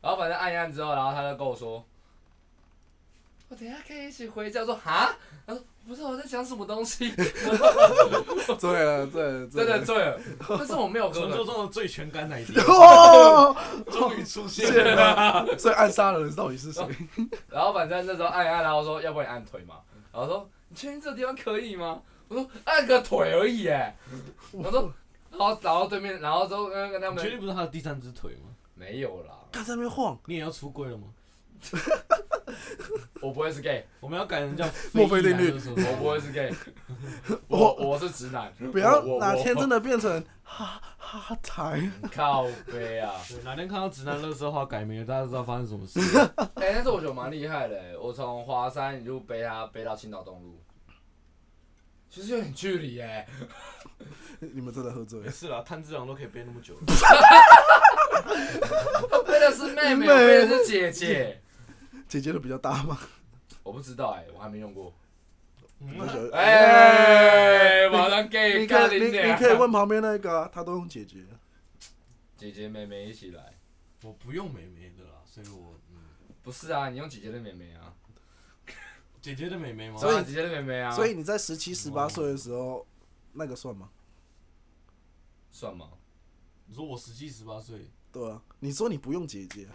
[SPEAKER 1] 然后反正按一按之后，然后他就跟我说，我等一下可以一起回家。我说哈，他说不知道我在讲什么东西，
[SPEAKER 2] 对了对了
[SPEAKER 1] 真的醉了，但是我没有喝
[SPEAKER 3] 传说
[SPEAKER 1] 的。
[SPEAKER 3] 中的醉拳干奶弟
[SPEAKER 2] 哦，
[SPEAKER 3] 终于出现
[SPEAKER 2] 见
[SPEAKER 3] 了。
[SPEAKER 2] 了，所以暗杀的人到底是谁？
[SPEAKER 1] 然后反正那时候按一按，然后说要不然你按腿嘛，然后说你确定这个地方可以吗？我说按个腿而已哎，我说。然后，然后对面，然后之后跟跟他
[SPEAKER 3] 你确
[SPEAKER 1] 们
[SPEAKER 3] 定不是他的第三只腿吗？
[SPEAKER 1] 没有啦，
[SPEAKER 2] 他在那边晃，
[SPEAKER 3] 你也要出柜了吗？
[SPEAKER 1] 我不会是 gay，
[SPEAKER 3] 我们要改人叫
[SPEAKER 2] 墨菲定
[SPEAKER 3] 非裔
[SPEAKER 2] 律
[SPEAKER 3] 男射手
[SPEAKER 1] 我不会是 gay，我
[SPEAKER 2] 我
[SPEAKER 1] 我是直男，
[SPEAKER 2] 不要
[SPEAKER 1] 我我
[SPEAKER 2] 哪天
[SPEAKER 1] 我
[SPEAKER 2] 真的变成哈哈台，
[SPEAKER 1] 靠背啊，
[SPEAKER 3] 对，哪天看到直男乐色话改名了，大家知道发生什么事。
[SPEAKER 1] 哎、但是我觉得蛮厉害的、欸，我从华山一路背他背到青岛东路，其实有点距离哎、
[SPEAKER 2] 你们真的喝醉
[SPEAKER 3] 没
[SPEAKER 2] 了。
[SPEAKER 3] 事啦，炭治郎都可以背那么久了。
[SPEAKER 1] 他背的是妹妹，
[SPEAKER 2] 妹
[SPEAKER 1] 我背的是姐姐，
[SPEAKER 2] 姐姐的比较大吗？
[SPEAKER 1] 我不知道哎、我还没用过。
[SPEAKER 2] 我觉得
[SPEAKER 1] 哎、马上
[SPEAKER 2] 你
[SPEAKER 1] gay
[SPEAKER 2] 你
[SPEAKER 1] 咖
[SPEAKER 2] 可以
[SPEAKER 1] 喱
[SPEAKER 2] 你
[SPEAKER 1] 点
[SPEAKER 2] 你
[SPEAKER 1] 啊
[SPEAKER 2] 可以问旁边那个啊，他都用姐姐。
[SPEAKER 1] 姐姐妹妹一起来，
[SPEAKER 3] 我不用美眉的啦，所以我嗯，
[SPEAKER 1] 不是啊，你用姐姐的妹妹啊，
[SPEAKER 3] 姐姐的美眉吗？
[SPEAKER 1] 对啊姐姐的妹妹啊，
[SPEAKER 2] 所以你在十七、十八岁的时候，那个算吗？
[SPEAKER 1] 算吗？
[SPEAKER 3] 你说我十七十八岁，
[SPEAKER 2] 对啊，你说你不用姐姐，啊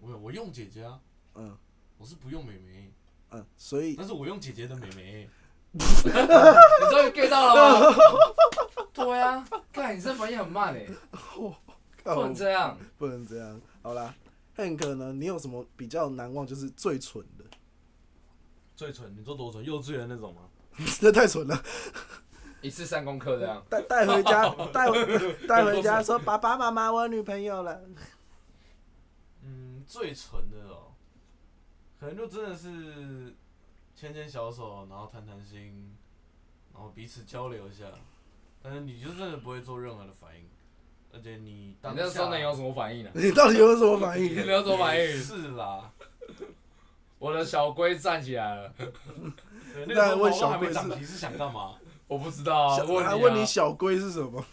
[SPEAKER 3] 我有我用姐姐啊，
[SPEAKER 2] 嗯
[SPEAKER 3] 我是不用美眉，
[SPEAKER 2] 嗯，所以
[SPEAKER 3] 但是我用姐姐的美眉。
[SPEAKER 1] 你终于 get 到了吗？对啊，看你这反应很慢哎、
[SPEAKER 2] 靠
[SPEAKER 1] 不能这样。
[SPEAKER 2] 不能这样。好啦，Hank 呢？你有什么比较难忘？就是最蠢的，
[SPEAKER 3] 最蠢，你说多蠢？幼稚园那种吗？
[SPEAKER 2] 这太蠢了。
[SPEAKER 1] 一次三公克这样，
[SPEAKER 2] 带带回 家，带回带回家说爸爸妈妈，我有女朋友了。
[SPEAKER 3] 嗯，最蠢的哦，可能就真的是牵牵小手，然后谈谈心，然后彼此交流一下，但是你就真的不会做任何的反应，而且你
[SPEAKER 1] 你
[SPEAKER 3] 当
[SPEAKER 1] 那时候
[SPEAKER 3] 下
[SPEAKER 1] 能有什么反应呢、啊
[SPEAKER 2] 你到底有什么 反
[SPEAKER 1] 你能
[SPEAKER 2] 应？
[SPEAKER 1] 有什么反应？
[SPEAKER 3] 是啦，
[SPEAKER 1] 我的小龟站起来了，
[SPEAKER 3] 对，那个时候
[SPEAKER 2] 那
[SPEAKER 3] 毛毛还
[SPEAKER 2] 问小贵
[SPEAKER 3] 没长
[SPEAKER 2] 是
[SPEAKER 3] 皮是想干嘛？
[SPEAKER 1] 我不知道啊。
[SPEAKER 2] 小
[SPEAKER 1] 问你、啊，
[SPEAKER 2] 还问你小龟是什么？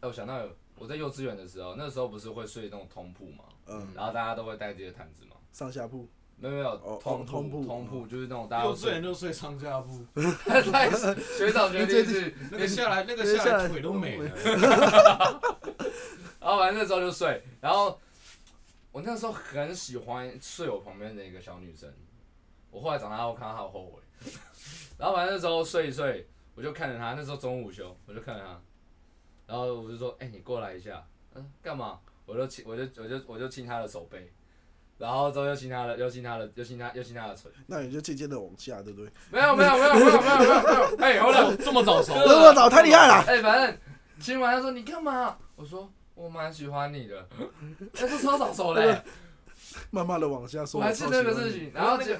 [SPEAKER 1] 哎，我想到有我在幼稚园的时候，那时候不是会睡那种通铺嘛，
[SPEAKER 2] 嗯，
[SPEAKER 1] 然后大家都会带自己的毯子嘛。
[SPEAKER 2] 上下铺。
[SPEAKER 1] 没有没有
[SPEAKER 2] 哦，
[SPEAKER 1] 通
[SPEAKER 2] 哦通
[SPEAKER 1] 铺
[SPEAKER 2] 铺
[SPEAKER 1] 通铺就是那种大家
[SPEAKER 3] 幼
[SPEAKER 1] 都
[SPEAKER 3] 稚
[SPEAKER 1] 睡
[SPEAKER 3] 园，就睡上下 铺，
[SPEAKER 1] 太学长学弟是，
[SPEAKER 3] 那个下来那个
[SPEAKER 2] 那个
[SPEAKER 3] 下
[SPEAKER 2] 下
[SPEAKER 3] 来
[SPEAKER 2] 来
[SPEAKER 3] 腿都没了。
[SPEAKER 1] 然后反正那时候就睡，然后我那时候很喜欢睡我旁边的一个小女生，我后来长大后看到她有后悔， 然后反正那时候睡一睡，我就看着她，那时候中午午休，我就看着她，然后我就说，哎、你过来一下，嗯，干嘛？我就亲，我就我就我就亲她的手背，然后之后又亲她的，又亲她的，又亲她，又亲她的唇，
[SPEAKER 2] 那你就渐渐的往下，对 不对？
[SPEAKER 1] 没有没有没有没有没有没有没有，哎，好 了。
[SPEAKER 3] 这么 早熟，
[SPEAKER 2] 那么早太厉害了。
[SPEAKER 1] 哎、反正亲完他说你干嘛？我说我蛮喜欢你的，哎 但是超早熟嘞、
[SPEAKER 2] 慢慢的往下说。
[SPEAKER 1] 我还记得那个事情。然后就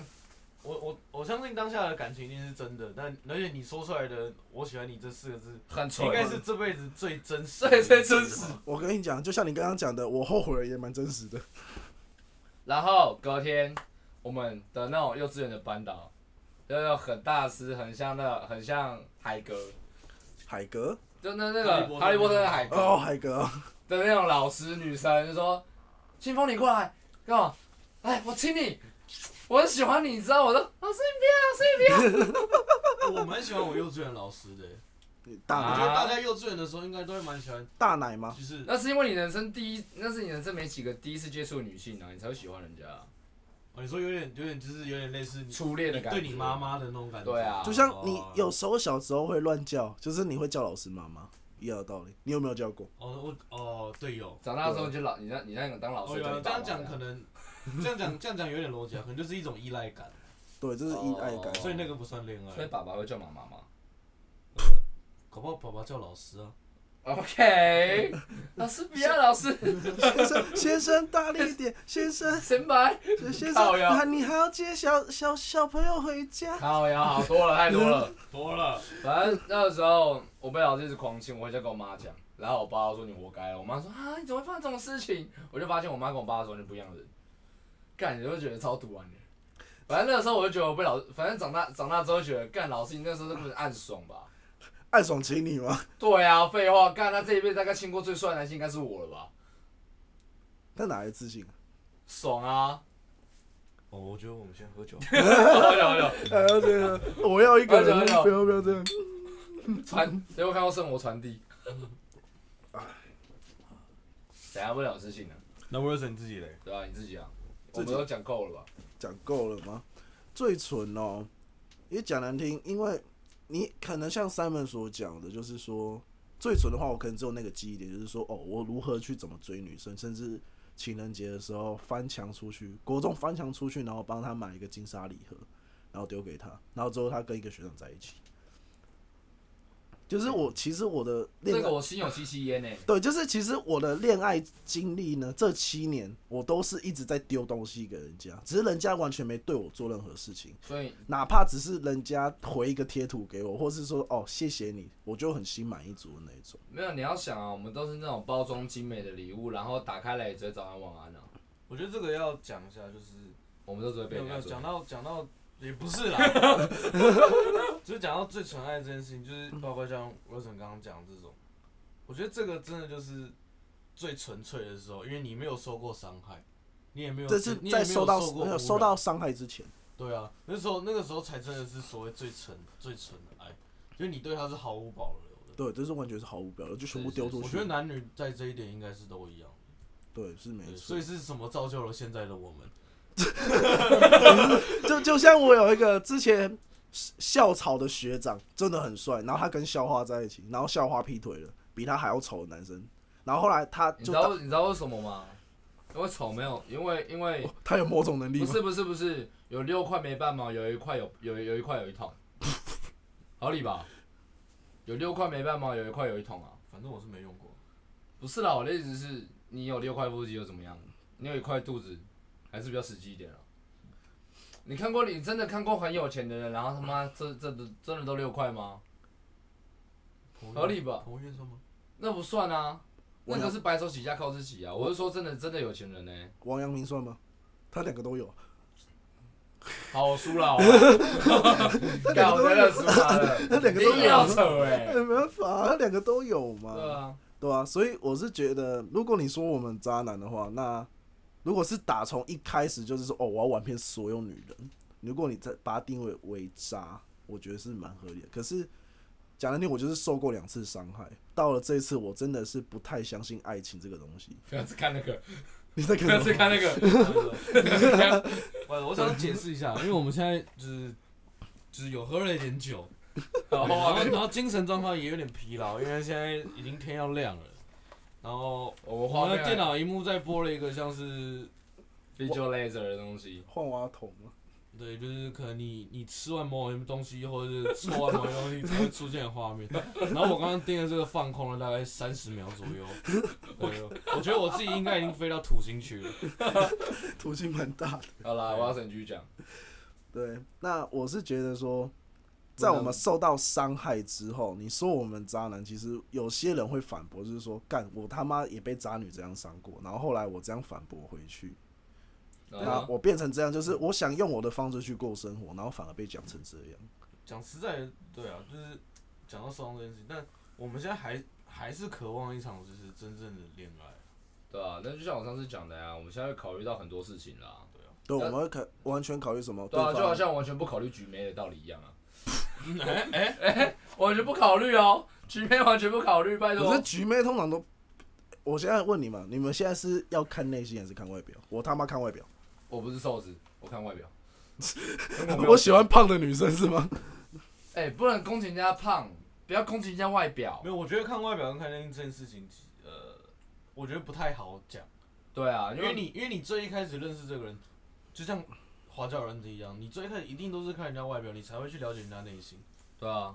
[SPEAKER 4] 我我我相信当下的感情一定是真的，但而且你说出来的“我喜欢你”这四个字，
[SPEAKER 1] 很
[SPEAKER 4] 应
[SPEAKER 1] 蠢，
[SPEAKER 4] 该是这辈子最真实的
[SPEAKER 1] 对
[SPEAKER 4] 一次吧，
[SPEAKER 1] 最真实
[SPEAKER 2] 我跟你讲，就像你刚刚讲的，我后悔了也蛮真实的。
[SPEAKER 1] 然后隔天我们的那种幼稚园的班导，就是很大师，很像那很像海格，
[SPEAKER 2] 海格，
[SPEAKER 1] 就那那
[SPEAKER 3] 哈利
[SPEAKER 1] 个
[SPEAKER 3] 波特
[SPEAKER 1] 哈利波特的海格
[SPEAKER 2] 哦，海格，
[SPEAKER 1] 的那种老师女生，就说：“清风，你过来干嘛？哎，我亲你，我很喜欢你，你知道？”我说：“啊老师，你不要，老师，你不要。
[SPEAKER 3] 我蛮喜欢我幼稚园老师 的欸、
[SPEAKER 2] 你大
[SPEAKER 3] 我
[SPEAKER 2] 奶
[SPEAKER 1] 啊
[SPEAKER 3] 觉得大家幼稚园的时候应该都会蛮喜欢，
[SPEAKER 2] 大奶吗？
[SPEAKER 3] 就”是
[SPEAKER 1] 那是因为你人生第一，那是你人生没几个第一次接触女性啊，你才会喜欢人家啊
[SPEAKER 3] 哦，你说有点有点就是有点类似你
[SPEAKER 1] 初恋的感觉。
[SPEAKER 3] 对你妈妈的那种感觉，哦
[SPEAKER 1] 对啊
[SPEAKER 2] 就像你有时候小时候会乱叫，就是你会叫老师妈妈，一样的道理。你有没有叫过？
[SPEAKER 3] 哦我哦对有，
[SPEAKER 1] 长大之后你就老，你那你那个当老
[SPEAKER 3] 哦
[SPEAKER 1] 师
[SPEAKER 3] 有
[SPEAKER 1] 叫
[SPEAKER 3] 啊
[SPEAKER 1] 你爸
[SPEAKER 3] 这样
[SPEAKER 1] 爸
[SPEAKER 3] 讲
[SPEAKER 1] 呀
[SPEAKER 3] 可能这样讲这样讲有点逻辑啊，可能就是一种依赖感，
[SPEAKER 2] 对，这是依爱感
[SPEAKER 1] 哦。
[SPEAKER 3] 所以那个不算恋爱，
[SPEAKER 1] 所以爸爸会叫妈妈吗
[SPEAKER 3] 呃，搞不好爸爸叫老师啊，
[SPEAKER 1] ？OK，老师不要，老师
[SPEAKER 2] 先生，先生，大力一点，先生，
[SPEAKER 1] 先买。
[SPEAKER 2] 先
[SPEAKER 1] 靠
[SPEAKER 2] 生，
[SPEAKER 1] 腰
[SPEAKER 2] 那你还要接小小小朋友回家？
[SPEAKER 1] 靠呀，好多了，太多了。
[SPEAKER 3] 多了，
[SPEAKER 1] 反正那个时候我被老师一直狂亲，我回家跟我妈讲，然后我爸说你活该了，我妈说啊你怎么会发生这种事情？我就发现我妈跟我爸说你不一样的人，干你就会觉得超毒完的。反正那个时候我就觉得我被老，反正长大长大之后觉得干老师你那时候是不是暗爽吧？
[SPEAKER 2] 暗爽请你吗？
[SPEAKER 1] 对啊，废话，干他这一辈子大概亲过最帅的男性应该是我了吧？
[SPEAKER 2] 他哪来自 信？
[SPEAKER 1] 爽啊！哦
[SPEAKER 4] 哦，我觉得我们先 喝酒。
[SPEAKER 1] 好久好久，
[SPEAKER 2] 哎呀，这个我要一个人
[SPEAKER 1] 哎呦，
[SPEAKER 2] 不要不要这样。
[SPEAKER 1] 传，谁会看过《圣魔传 递》？等一下问老师信呢？
[SPEAKER 4] 那 Wilson 你自己嘞？
[SPEAKER 1] 对吧、你自己啊，我
[SPEAKER 2] 自
[SPEAKER 1] 们
[SPEAKER 2] 己
[SPEAKER 1] 都讲够了吧？
[SPEAKER 2] 讲够了吗？最蠢哦，也讲难听，因为你可能像 Simon 所讲的，就是说最蠢的话，我可能只有那个记忆点，就是说哦，我如何去怎么追女生，甚至情人节的时候翻墙出去，国中翻墙出去，然后帮他买一个金沙礼盒，然后丢给他，然后之后他跟一个学长在一起。就是我，其实我的
[SPEAKER 1] 这
[SPEAKER 2] 恋爱
[SPEAKER 1] 个我心有戚戚焉欸呢。
[SPEAKER 2] 对，就是其实我的恋爱经历呢，这七年我都是一直在丢东西给人家，只是人家完全没对我做任何事情，
[SPEAKER 1] 所以
[SPEAKER 2] 哪怕只是人家回一个贴图给我，或是说哦谢谢你，我就很心满意足的那一种。
[SPEAKER 1] 没有你要想啊，我们都是那种包装精美的礼物，然后打开来也只会早安晚安啊，
[SPEAKER 4] 我觉得这个要讲一下，就是
[SPEAKER 1] 我们都只会
[SPEAKER 4] 没
[SPEAKER 1] 被
[SPEAKER 4] 有
[SPEAKER 1] 人
[SPEAKER 4] 没
[SPEAKER 1] 家
[SPEAKER 4] 有
[SPEAKER 1] 追
[SPEAKER 4] 讲。到讲到也不是 啦，就是讲到最纯爱这件事情，就是包括像 Wilson 刚刚讲这种，我觉得这个真的就是最纯粹的时候，因为你没有受过伤害，你也没有
[SPEAKER 2] 这是
[SPEAKER 4] 你也没
[SPEAKER 2] 在
[SPEAKER 4] 有
[SPEAKER 2] 受到
[SPEAKER 4] 受过
[SPEAKER 2] 没
[SPEAKER 4] 污
[SPEAKER 2] 有
[SPEAKER 4] 染
[SPEAKER 2] 受到伤害之前，
[SPEAKER 4] 对啊，那时候那个时候才真的是所谓最纯最纯的爱，就是你对他是毫无保留的。
[SPEAKER 2] 对，就是完全是毫无表露，就全部丢出
[SPEAKER 4] 我
[SPEAKER 2] 去
[SPEAKER 4] 觉。得男女在这一点应该是都一样，
[SPEAKER 2] 对，是没
[SPEAKER 4] 对，
[SPEAKER 2] 错
[SPEAKER 4] 所以。是什么造就了现在的我们？
[SPEAKER 2] 就就像我有一个之前校草的学长，真的很帅，然后他跟校花在一起，然后校花劈腿了，比他还要丑的男生。然后后来他
[SPEAKER 1] 你
[SPEAKER 2] 就
[SPEAKER 1] 知
[SPEAKER 2] 当
[SPEAKER 1] 道你知道为什么吗？因为丑没有，因为因为
[SPEAKER 2] 哦他有某种能力
[SPEAKER 1] 不
[SPEAKER 2] 吗？
[SPEAKER 1] 是不是不是，有六块没半毛，有一块有有有一块有一桶，合理吧？有六块没半毛，有一块有一桶啊。
[SPEAKER 4] 反正我是没用过。
[SPEAKER 1] 不是啦，我的意思是，你有六块腹肌又怎么样？你有一块肚子，还是比较实际一点啊。你看过，你真的看过很有钱的人，然后他妈这这都真的都六块吗？合理吧
[SPEAKER 4] 彭于晏算吗？
[SPEAKER 1] 那不算啊，
[SPEAKER 2] 我
[SPEAKER 1] 那
[SPEAKER 2] 要
[SPEAKER 1] 个是白手起家靠自己啊。我是说真的，真的有钱人呢、
[SPEAKER 2] 王阳明算吗？他两个都有，
[SPEAKER 1] 好，我输了哦，
[SPEAKER 2] 他
[SPEAKER 1] 干
[SPEAKER 2] 两
[SPEAKER 1] 我
[SPEAKER 2] 个都
[SPEAKER 1] 真的输了，
[SPEAKER 2] 有，他两个都有
[SPEAKER 1] 一定要扯哎、
[SPEAKER 2] 哎，没办法，他两个都有嘛。
[SPEAKER 1] 对啊，
[SPEAKER 2] 对啊，所以我是觉得，如果你说我们渣男的话，那如果是打从一开始就是说，哦，我要玩遍所有女人，如果你再把它定位为渣，我觉得是蛮合理的。可是讲难听，我就是受过两次伤害，到了这一次，我真的是不太相信爱情这个东西。
[SPEAKER 1] 不要只看那个，
[SPEAKER 2] 你在
[SPEAKER 1] 不
[SPEAKER 2] 看
[SPEAKER 1] 要
[SPEAKER 2] 什
[SPEAKER 1] 只
[SPEAKER 2] 么？
[SPEAKER 1] 看那个，
[SPEAKER 4] 我我想解释一下，因为我们现在就是就是有喝了一点 酒，然
[SPEAKER 1] 然
[SPEAKER 4] 后
[SPEAKER 1] 后
[SPEAKER 4] 然后精神状况也有点疲劳，因为现在已经天要亮了。然后
[SPEAKER 1] 我们
[SPEAKER 4] 我
[SPEAKER 1] 画
[SPEAKER 4] 们
[SPEAKER 1] 面
[SPEAKER 4] 的电脑荧幕在播了一个像是，
[SPEAKER 1] visual laser 的东西，
[SPEAKER 2] 换挖桶吗？
[SPEAKER 4] 对，就是可能你你吃完某些东西，或者是吃完某些东西才会出现的画 面。然后我刚刚盯着这个放空了大概三十秒左右，对，我觉得我自己应该已经飞到土星去了。
[SPEAKER 2] 途径蛮大的。
[SPEAKER 1] 好啦，我要神继续讲，
[SPEAKER 2] 对，那我是觉得说，在我们受到伤害之后，你说我们渣男，其实有些人会反驳，就是说，干我他妈也被渣女这样伤过，然后后来我这样反驳回去，那
[SPEAKER 1] 啊，
[SPEAKER 2] 我变成这样，就是我想用我的方式去过生活，然后反而被讲成这样。
[SPEAKER 3] 讲实在的，对啊，就是讲到受伤这件事情，但我们现在还还是渴望一场就是真正的恋爱。
[SPEAKER 1] 对啊，那就像我上次讲的呀，我们现在会考虑到很多事情啦。
[SPEAKER 2] 对，我
[SPEAKER 1] 那
[SPEAKER 2] 们会考完全考虑什么？
[SPEAKER 1] 对啊，
[SPEAKER 2] 哦方
[SPEAKER 1] 就好像完全不考虑举妹的道理一样 啊。 哎哎哎，完全不考虑哦，举妹完全不考虑，拜
[SPEAKER 2] 可
[SPEAKER 1] 托
[SPEAKER 2] 是。局妹通常都，我现在问你们，你们现在是要看内心还是看外表？我他妈看外表，
[SPEAKER 1] 我不是瘦子，我看 外表。啊
[SPEAKER 2] 我喜欢胖的女生是吗？
[SPEAKER 1] 哎、不能攻击人家胖，不要攻击人家外表
[SPEAKER 3] 没。有，我觉得看外表跟看内心这件事情，呃，我觉得不太好讲，
[SPEAKER 1] 对啊，
[SPEAKER 3] 因为你因为你最一开始认识这个人，就像华教人一样，你最一开始一定都是看人家外表，你才会去了解人家内心。
[SPEAKER 1] 对啊，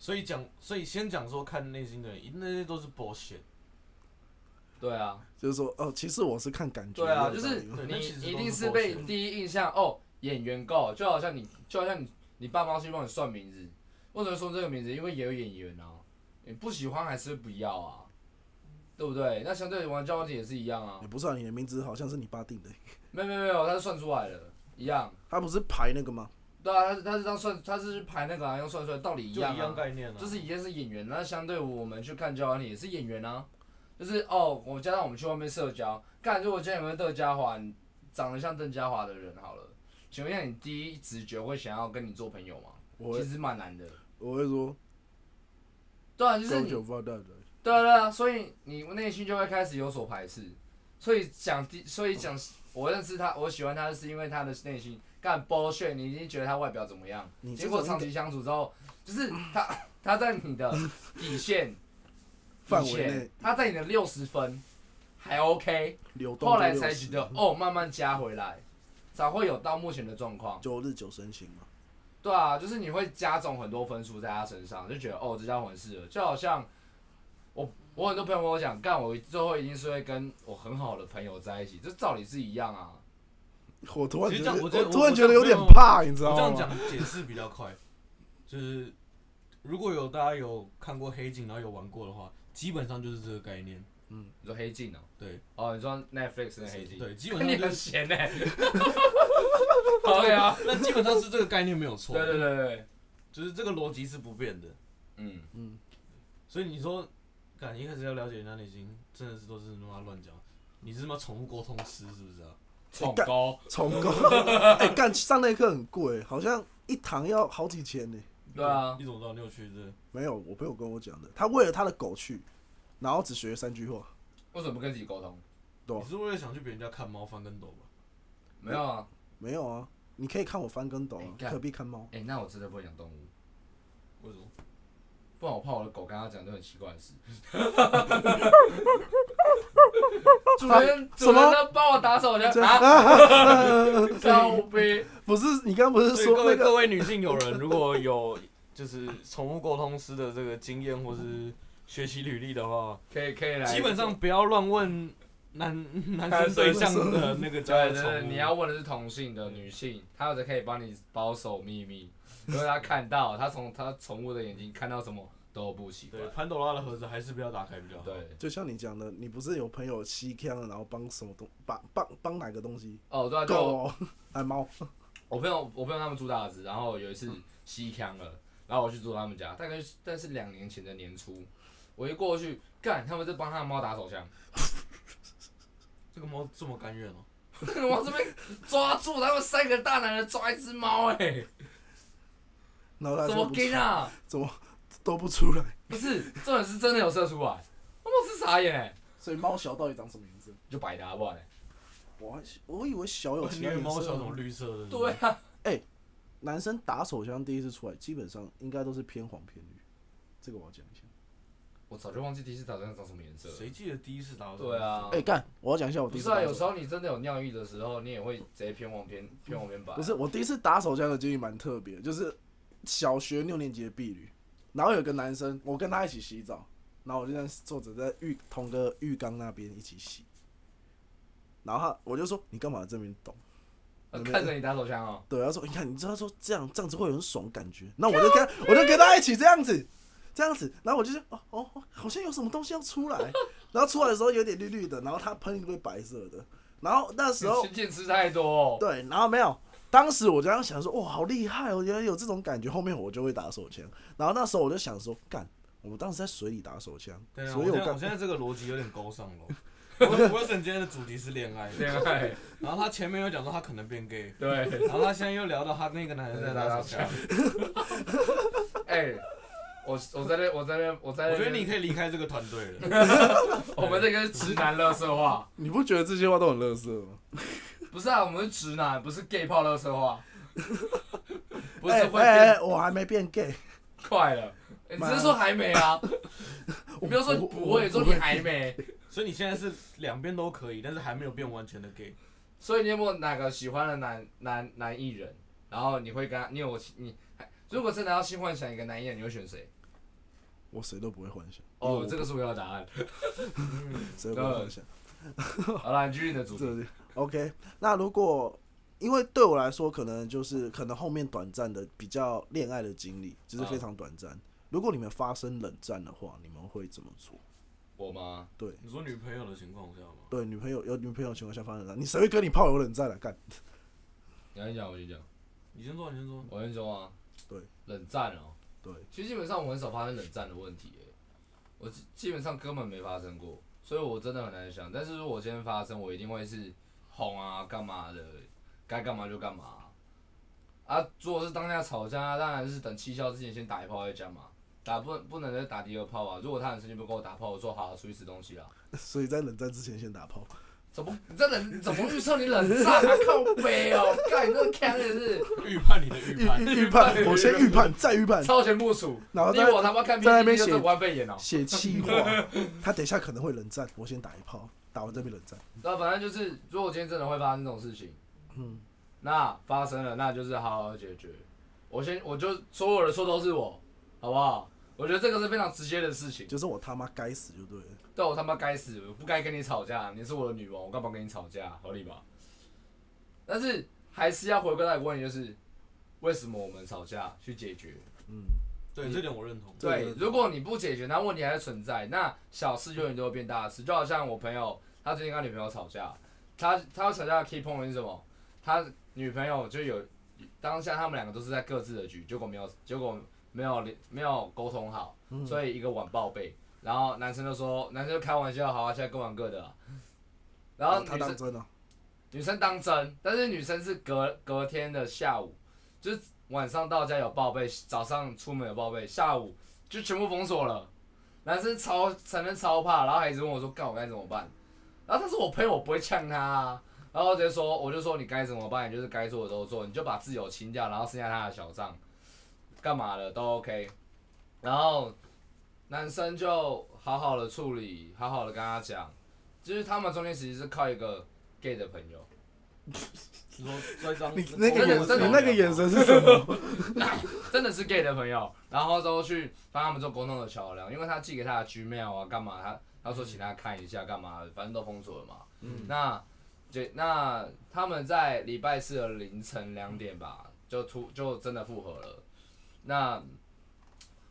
[SPEAKER 3] 所以讲，所以先讲说看内心的人，那些都是 bullshit。
[SPEAKER 1] 对啊，
[SPEAKER 2] 就是说，哦，其实我是看感觉。
[SPEAKER 1] 对啊，
[SPEAKER 2] 没
[SPEAKER 1] 就
[SPEAKER 2] 有道
[SPEAKER 1] 是
[SPEAKER 2] 理
[SPEAKER 3] 对
[SPEAKER 1] 你
[SPEAKER 3] 那其实都是
[SPEAKER 1] 一定是被
[SPEAKER 3] bullshit
[SPEAKER 1] 第一印象哦，演员够，就好像你就好像你你爸妈去帮你算名字，为什么说这个名字？因为也有演员啊，你不喜欢还是不要啊，对不对？那相对玩交换题也是一样啊
[SPEAKER 3] 哦
[SPEAKER 2] 你，不是啊，你的名字好像是你爸定的，
[SPEAKER 1] 没有没有没有，他是算出来的，一样。
[SPEAKER 2] 他不是排那个吗？
[SPEAKER 1] 对啊，他是他是这样算，他是排那个啊，用算出来，道理一
[SPEAKER 3] 就
[SPEAKER 1] 样
[SPEAKER 3] 一
[SPEAKER 1] 啊。
[SPEAKER 3] 样概念啊，
[SPEAKER 1] 就是以前是演员，那相对我们去看交往也是演员啊，就是哦，我加上我们去外面社交，看如果今天有没有邓家华，你长得像邓家华的人好了，请问一下你第一直觉会想要跟你做朋友吗？
[SPEAKER 2] 我
[SPEAKER 1] 其
[SPEAKER 2] 会
[SPEAKER 1] 实蛮难的，
[SPEAKER 2] 我会说
[SPEAKER 1] 对啊，就是
[SPEAKER 2] 高
[SPEAKER 1] 你，
[SPEAKER 2] 九发大的，
[SPEAKER 1] 对啊对啊，所以你内心就会开始有所排斥，所以讲第，所以讲我认识他，我喜欢他是因为他的内心干 bullshit，你已经觉得他外表怎么样？
[SPEAKER 2] 你
[SPEAKER 1] 结
[SPEAKER 2] 这
[SPEAKER 1] 果
[SPEAKER 2] 种
[SPEAKER 1] 长
[SPEAKER 2] 应
[SPEAKER 1] 期相处之后，就是他 他在你的底线
[SPEAKER 2] 范
[SPEAKER 1] 以
[SPEAKER 2] 围
[SPEAKER 1] 前
[SPEAKER 2] 内
[SPEAKER 1] 他在你的六十分还 OK，
[SPEAKER 2] 该流动
[SPEAKER 1] 后来
[SPEAKER 2] 就
[SPEAKER 1] 才
[SPEAKER 2] 60
[SPEAKER 1] 觉得哦慢慢加回来，才会有到目前的状况。
[SPEAKER 2] 九日九生情嘛。
[SPEAKER 1] 对啊，就是你会加重很多分数在他身上，就觉得哦这家伙很适合，就好像我我很多朋友跟我讲，干我最后一定是会跟我很好的朋友在一起，这道理是一样啊。
[SPEAKER 2] 我突然
[SPEAKER 3] 其实
[SPEAKER 2] 觉
[SPEAKER 3] 这
[SPEAKER 2] 得，
[SPEAKER 3] 样我觉得
[SPEAKER 2] 突
[SPEAKER 3] 我
[SPEAKER 2] 然
[SPEAKER 3] 我
[SPEAKER 2] 觉得有点
[SPEAKER 3] 这样
[SPEAKER 2] 怕，你知
[SPEAKER 3] 我
[SPEAKER 2] 道
[SPEAKER 3] 这样
[SPEAKER 2] 吗？
[SPEAKER 3] 讲解释比较快，就是如果有大家有看过黑镜，然后有玩过的话，基本上就是这个概念。
[SPEAKER 1] 你说黑镜哦、
[SPEAKER 3] 对
[SPEAKER 1] 哦，你说 Netflix 的黑镜，
[SPEAKER 3] 对，基本
[SPEAKER 1] 看
[SPEAKER 3] 上
[SPEAKER 1] 你
[SPEAKER 3] 就
[SPEAKER 1] 很
[SPEAKER 3] 是
[SPEAKER 1] 闲呢、 对啊，
[SPEAKER 3] 那基本上是这个概念没有错。
[SPEAKER 1] 对对对对，
[SPEAKER 3] 就是这个逻辑是不变的。
[SPEAKER 1] 嗯，
[SPEAKER 2] 嗯，
[SPEAKER 3] 所以你说，感一开始要了解人家内心，真的是都是他妈乱讲。你是他妈宠物沟通师是不是啊？
[SPEAKER 1] 宠高。
[SPEAKER 2] 重构。 哎，干上那一课很贵，好像一堂要好几千呢。
[SPEAKER 1] 对啊
[SPEAKER 3] 你怎么知道你有去这？
[SPEAKER 2] 没有，我朋友跟我讲的，他为了他的狗去，然后只学三句话。
[SPEAKER 1] 为什么不跟自己沟通？
[SPEAKER 2] 对啊
[SPEAKER 3] 你是为了想去别人家看猫翻跟斗吧？
[SPEAKER 1] 没有啊，
[SPEAKER 2] 没有啊，你可以看我翻跟斗
[SPEAKER 1] 哎
[SPEAKER 2] 啊，
[SPEAKER 1] 干
[SPEAKER 2] 何必 看猫？
[SPEAKER 1] 哎、那我真的不会养动物，
[SPEAKER 3] 为什么？
[SPEAKER 1] 不然我怕我的狗跟他讲都很奇怪的 事。主人，主
[SPEAKER 2] 啊什么
[SPEAKER 1] 人在帮我打扫一
[SPEAKER 2] 这
[SPEAKER 1] 下啊， 高飞，
[SPEAKER 2] 不是，你刚刚 不是
[SPEAKER 3] 所以
[SPEAKER 2] 说
[SPEAKER 3] 各
[SPEAKER 2] 那
[SPEAKER 3] 位
[SPEAKER 2] 个
[SPEAKER 3] 各位女性友人，如果有就是宠物沟通师的这个经验或是学习履历的 话，
[SPEAKER 1] 可以可以来。
[SPEAKER 3] 基本上不要乱问男男生对象的那个家
[SPEAKER 1] 对
[SPEAKER 3] 的
[SPEAKER 1] 对
[SPEAKER 3] 宠物。
[SPEAKER 1] 对，你要问的是同性的女性，她有的可以帮你保守秘 密，因为她看到她从她宠物的眼睛看到什么都不奇怪
[SPEAKER 2] 哦
[SPEAKER 3] 对。潘朵拉的盒子还是不要打开比较好。
[SPEAKER 1] 对，
[SPEAKER 2] 就像你讲的，你不是有朋友吸枪，然后帮什么东帮帮帮哪个东西？
[SPEAKER 1] 哦对啊，就我
[SPEAKER 2] 狗，哎猫，
[SPEAKER 1] 我朋友，我朋友他们住大直，然后有一次
[SPEAKER 2] 嗯
[SPEAKER 1] 西康了，然后我去住他们家，大概是但是两年前的年初，我一过去，干，他们在帮他的猫打手枪，
[SPEAKER 3] 这个猫这么甘愿哦、
[SPEAKER 1] 我这边抓住他们三个大男人抓一只猫、欸，
[SPEAKER 2] 然后
[SPEAKER 1] 哎，
[SPEAKER 2] 他
[SPEAKER 1] 怎
[SPEAKER 2] 说
[SPEAKER 1] 么
[SPEAKER 2] 不
[SPEAKER 1] 跟啊？
[SPEAKER 2] 怎么都不出来，
[SPEAKER 1] 不是，重点是真的有射出来，他妈是傻眼、欸，
[SPEAKER 2] 所以猫小到底长什么颜色？
[SPEAKER 1] 就白的、啊，不然、欸，
[SPEAKER 2] 我还我以为小
[SPEAKER 1] 哦
[SPEAKER 2] 有其
[SPEAKER 3] 因
[SPEAKER 2] 他
[SPEAKER 3] 为
[SPEAKER 2] 颜
[SPEAKER 3] 猫小
[SPEAKER 2] 色
[SPEAKER 3] 种
[SPEAKER 2] 啊。
[SPEAKER 3] 绿色的，
[SPEAKER 1] 对，啊，
[SPEAKER 2] 男生打手枪第一次出来，基本上应该都是偏黄偏绿，这个我要讲一下。
[SPEAKER 1] 我早就忘记第一次打算长什么颜色了。
[SPEAKER 3] 谁记得第一次打到？
[SPEAKER 1] 对啊，
[SPEAKER 2] 哎干，我要讲一下我第
[SPEAKER 1] 不
[SPEAKER 2] 一
[SPEAKER 1] 是
[SPEAKER 2] 次
[SPEAKER 1] 啊，
[SPEAKER 2] 打
[SPEAKER 1] 有
[SPEAKER 2] 手
[SPEAKER 1] 时
[SPEAKER 2] 枪。
[SPEAKER 1] 候你真的有尿意的时候，你也会直接偏往偏偏往啊偏白。
[SPEAKER 2] 不是，我第一次打手枪的经历蛮特别，就是小学六年级的婢女，然后有个男生，我跟他一起洗澡，然后我就在坐着在浴同个浴缸那边一起洗，然后他我就说你干嘛这边动？
[SPEAKER 1] 呃看着你打手枪哦，
[SPEAKER 2] 对，他说你看，你知道说这样这样子会有很爽的感觉，那我就跟他我就跟他一起这样子，这样子，然后我就是哦哦，哦好像有什么东西要出来，然后出来的时候有点绿绿的，然后他喷一堆白色的，然后那时候
[SPEAKER 1] 你先吃太多哦，
[SPEAKER 2] 对，然后没有。当时我就这样想说，哇，好厉害哦！原来有这种感觉。后面我就会打手枪，然后那时候我就想说，干，我们当时在水里打手枪，
[SPEAKER 4] 对啊，
[SPEAKER 2] 所
[SPEAKER 4] 我
[SPEAKER 2] 以
[SPEAKER 4] 现
[SPEAKER 2] 我
[SPEAKER 4] 在我
[SPEAKER 2] 干
[SPEAKER 4] 现在这个逻辑有点勾上 了。我 i 森今天的主题是恋爱，
[SPEAKER 1] 恋爱，
[SPEAKER 4] 然后他前面又讲到他可能变 gay，
[SPEAKER 1] 对，
[SPEAKER 4] 然后他现在又聊到他那个男人在打手枪。
[SPEAKER 1] 哎，我我在那我在那我在那，
[SPEAKER 4] 我觉得你可以离开这个团队了。
[SPEAKER 1] 我们这个是直男乐色话，
[SPEAKER 2] 你不觉得这些话都很乐色吗？
[SPEAKER 1] 不是啊，我们是直男，不是 gay 泡乐色 话，不是
[SPEAKER 2] 哎
[SPEAKER 1] 会
[SPEAKER 2] 哎
[SPEAKER 1] 变
[SPEAKER 2] 哎我还没变 gay，
[SPEAKER 1] 快了，你只是说还没啊，你不要说你不会，说你还没，
[SPEAKER 4] 所以你现在是两边都可以，但是还没有变完全的 gay。
[SPEAKER 1] 所以你有没有哪个喜欢的男男男艺人，然后你会跟他，你有你，如果真的要新幻想一个男艺人，你会选谁？
[SPEAKER 2] 我谁都不会幻想。因为
[SPEAKER 1] 哦
[SPEAKER 2] 我，
[SPEAKER 1] 这个是我要的答 案。
[SPEAKER 2] 谁都不会幻想。
[SPEAKER 1] 好了，你继续你的主
[SPEAKER 2] 这
[SPEAKER 1] 题。
[SPEAKER 2] 里 OK，那如果因为对我来说，可能就是可能后面短暂的比较恋爱的经历，就是非常短暂。如果你们发生冷战的话，你们会怎么做？
[SPEAKER 1] 我吗？
[SPEAKER 2] 对
[SPEAKER 4] 你说女朋友的情况下吗？
[SPEAKER 2] 对，女朋友有女朋友的情况下发生冷战，你谁会跟你炮友冷战来啊干？
[SPEAKER 1] 你先讲，我先讲。
[SPEAKER 4] 你先说，你先说。
[SPEAKER 1] 我先说啊。
[SPEAKER 2] 对。
[SPEAKER 1] 冷战哦、
[SPEAKER 2] 对，
[SPEAKER 1] 其实基本上我很少发生冷战的问题、欸，我基基本上根本没发生过，所以我真的很难想。但是如果我今天发生，我一定会是哄啊，干嘛的，该干嘛就干嘛啊。啊，如果是当下吵架，当然是等气消之前先打一炮再讲嘛，打不不能再打第二炮啊。如果他很生气不跟我打炮，我说好、啊出去吃东西啦。
[SPEAKER 2] 所以在冷战之前先打炮。
[SPEAKER 1] 怎么你这冷？你怎么预测你冷战啊？靠背哦、干你这个坑的 是
[SPEAKER 4] 预判你的预判，
[SPEAKER 2] 预预判，我先预判，再预判，
[SPEAKER 1] 超前部署。
[SPEAKER 2] 然后
[SPEAKER 1] 你
[SPEAKER 2] 再
[SPEAKER 1] 以为我他妈看
[SPEAKER 2] 哦在那边
[SPEAKER 1] PPT 就
[SPEAKER 2] 写
[SPEAKER 1] 是武汉肺炎哦、
[SPEAKER 2] 写气话。他等一下可能会冷战，我先打一炮，打完再被冷战。
[SPEAKER 1] 那啊反正就是，如果今天真的会发生这种事情，
[SPEAKER 2] 嗯，
[SPEAKER 1] 那发生了，那就是好好解决。我先，我就所有的错都是我，好不好？我觉得这个是非常直接的事情。
[SPEAKER 2] 就是我他妈该死就对了。
[SPEAKER 1] 对我他妈该死，我不该跟你吵架，你是我的女王，我干嘛跟你吵架？合理吧？但是还是要回归到一个问题，就是为什么我们吵架去解决？
[SPEAKER 2] 嗯，
[SPEAKER 4] 对这点我认同。
[SPEAKER 2] 这
[SPEAKER 1] 对
[SPEAKER 2] 个，
[SPEAKER 1] 如果你不解决，那问题还是存在。那小事永远都会变大事，就好像我朋友，他最近跟他女朋友吵架，他他吵架的 key point 是什么？他女朋友就有当下他们两个都是在各自的局，结果没有结果没有没有沟通好，
[SPEAKER 2] 嗯
[SPEAKER 1] 所以一个晚报备。然后男生就说，男生就开玩笑，好啊，现在各玩各的啊、然后
[SPEAKER 2] 哦他
[SPEAKER 1] 女生
[SPEAKER 2] 当真了，
[SPEAKER 1] 女生当真，但是女生是隔隔天的下午，就是晚上到家有报备，早上出门有报备，下午就全部封锁了。男生超承认超怕，然后还一直问我说：“干我该怎么办？”然后但是我朋友，我不会呛他啊。然后我直接说，我就说你该怎么办，你就是该做的都做，你就把自由清掉，然后剩下他的小账，干嘛的都 OK。然后男生就好好的处理，好好的跟他讲，就是他们中间其实是靠一个 gay 的朋友，
[SPEAKER 4] 你说摔张，
[SPEAKER 2] 你那个
[SPEAKER 1] 真的真
[SPEAKER 2] 眼神，
[SPEAKER 1] 的
[SPEAKER 2] 你那个眼神是什么？
[SPEAKER 1] 真的是 gay 的朋友，然后之后去帮他们做沟通的桥梁，因为他寄给他的 Gmail 啊，干嘛他他说请他看一下干嘛的，反正都封锁了嘛。
[SPEAKER 2] 嗯
[SPEAKER 1] 那这那他们在礼拜四的凌晨两点吧，就突就真的复合了。那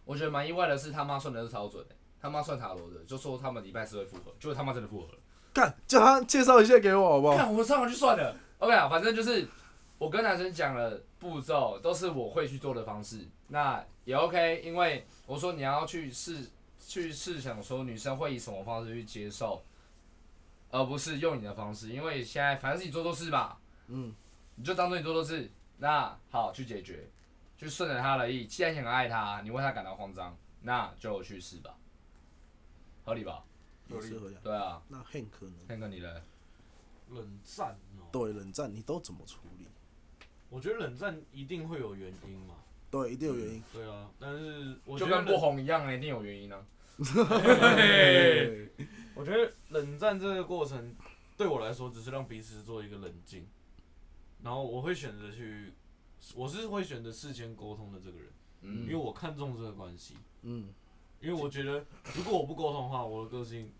[SPEAKER 1] 我觉得蛮意外的是，他妈算的是超准的、他妈算塔罗的，就说他们礼拜四会复合，结果他妈真的复合了。
[SPEAKER 2] 干，叫他介绍一下给我好不好？
[SPEAKER 1] 看我上完就算了。OK 啊，反正就是我跟男生讲了步骤，都是我会去做的方式，那也 OK，因为我说你要去试去试想说女生会以什么方式去接受，而不是用你的方式，因为现在反正是你做错事嘛，
[SPEAKER 2] 嗯，
[SPEAKER 1] 你就当做你做错事，那好去解决，去顺着他的意。既然你很爱他，你为他感到慌张，那就去试吧，合理吧？
[SPEAKER 2] 有适合呀。
[SPEAKER 1] 对啊，
[SPEAKER 2] 那 Hank 呢？
[SPEAKER 1] 天哥你嘞？
[SPEAKER 4] 冷战哦，
[SPEAKER 2] 对冷战，你都怎么处理？
[SPEAKER 4] 我觉得冷战一定会有原因嘛。
[SPEAKER 2] 对，一定有原因。
[SPEAKER 4] 对啊，但是我觉
[SPEAKER 1] 就
[SPEAKER 4] 得
[SPEAKER 1] 跟
[SPEAKER 4] 冷
[SPEAKER 1] 不红一样，一定有原因啊。
[SPEAKER 4] 我觉得冷战这个过程对我来说，只是让彼此做一个冷静，然后我会选择去，我是会选择事先沟通的这个人，因为
[SPEAKER 1] 嗯，
[SPEAKER 4] 我看重这个关系，
[SPEAKER 2] 嗯，
[SPEAKER 4] 因为我觉得如果我不沟通的话，我的个性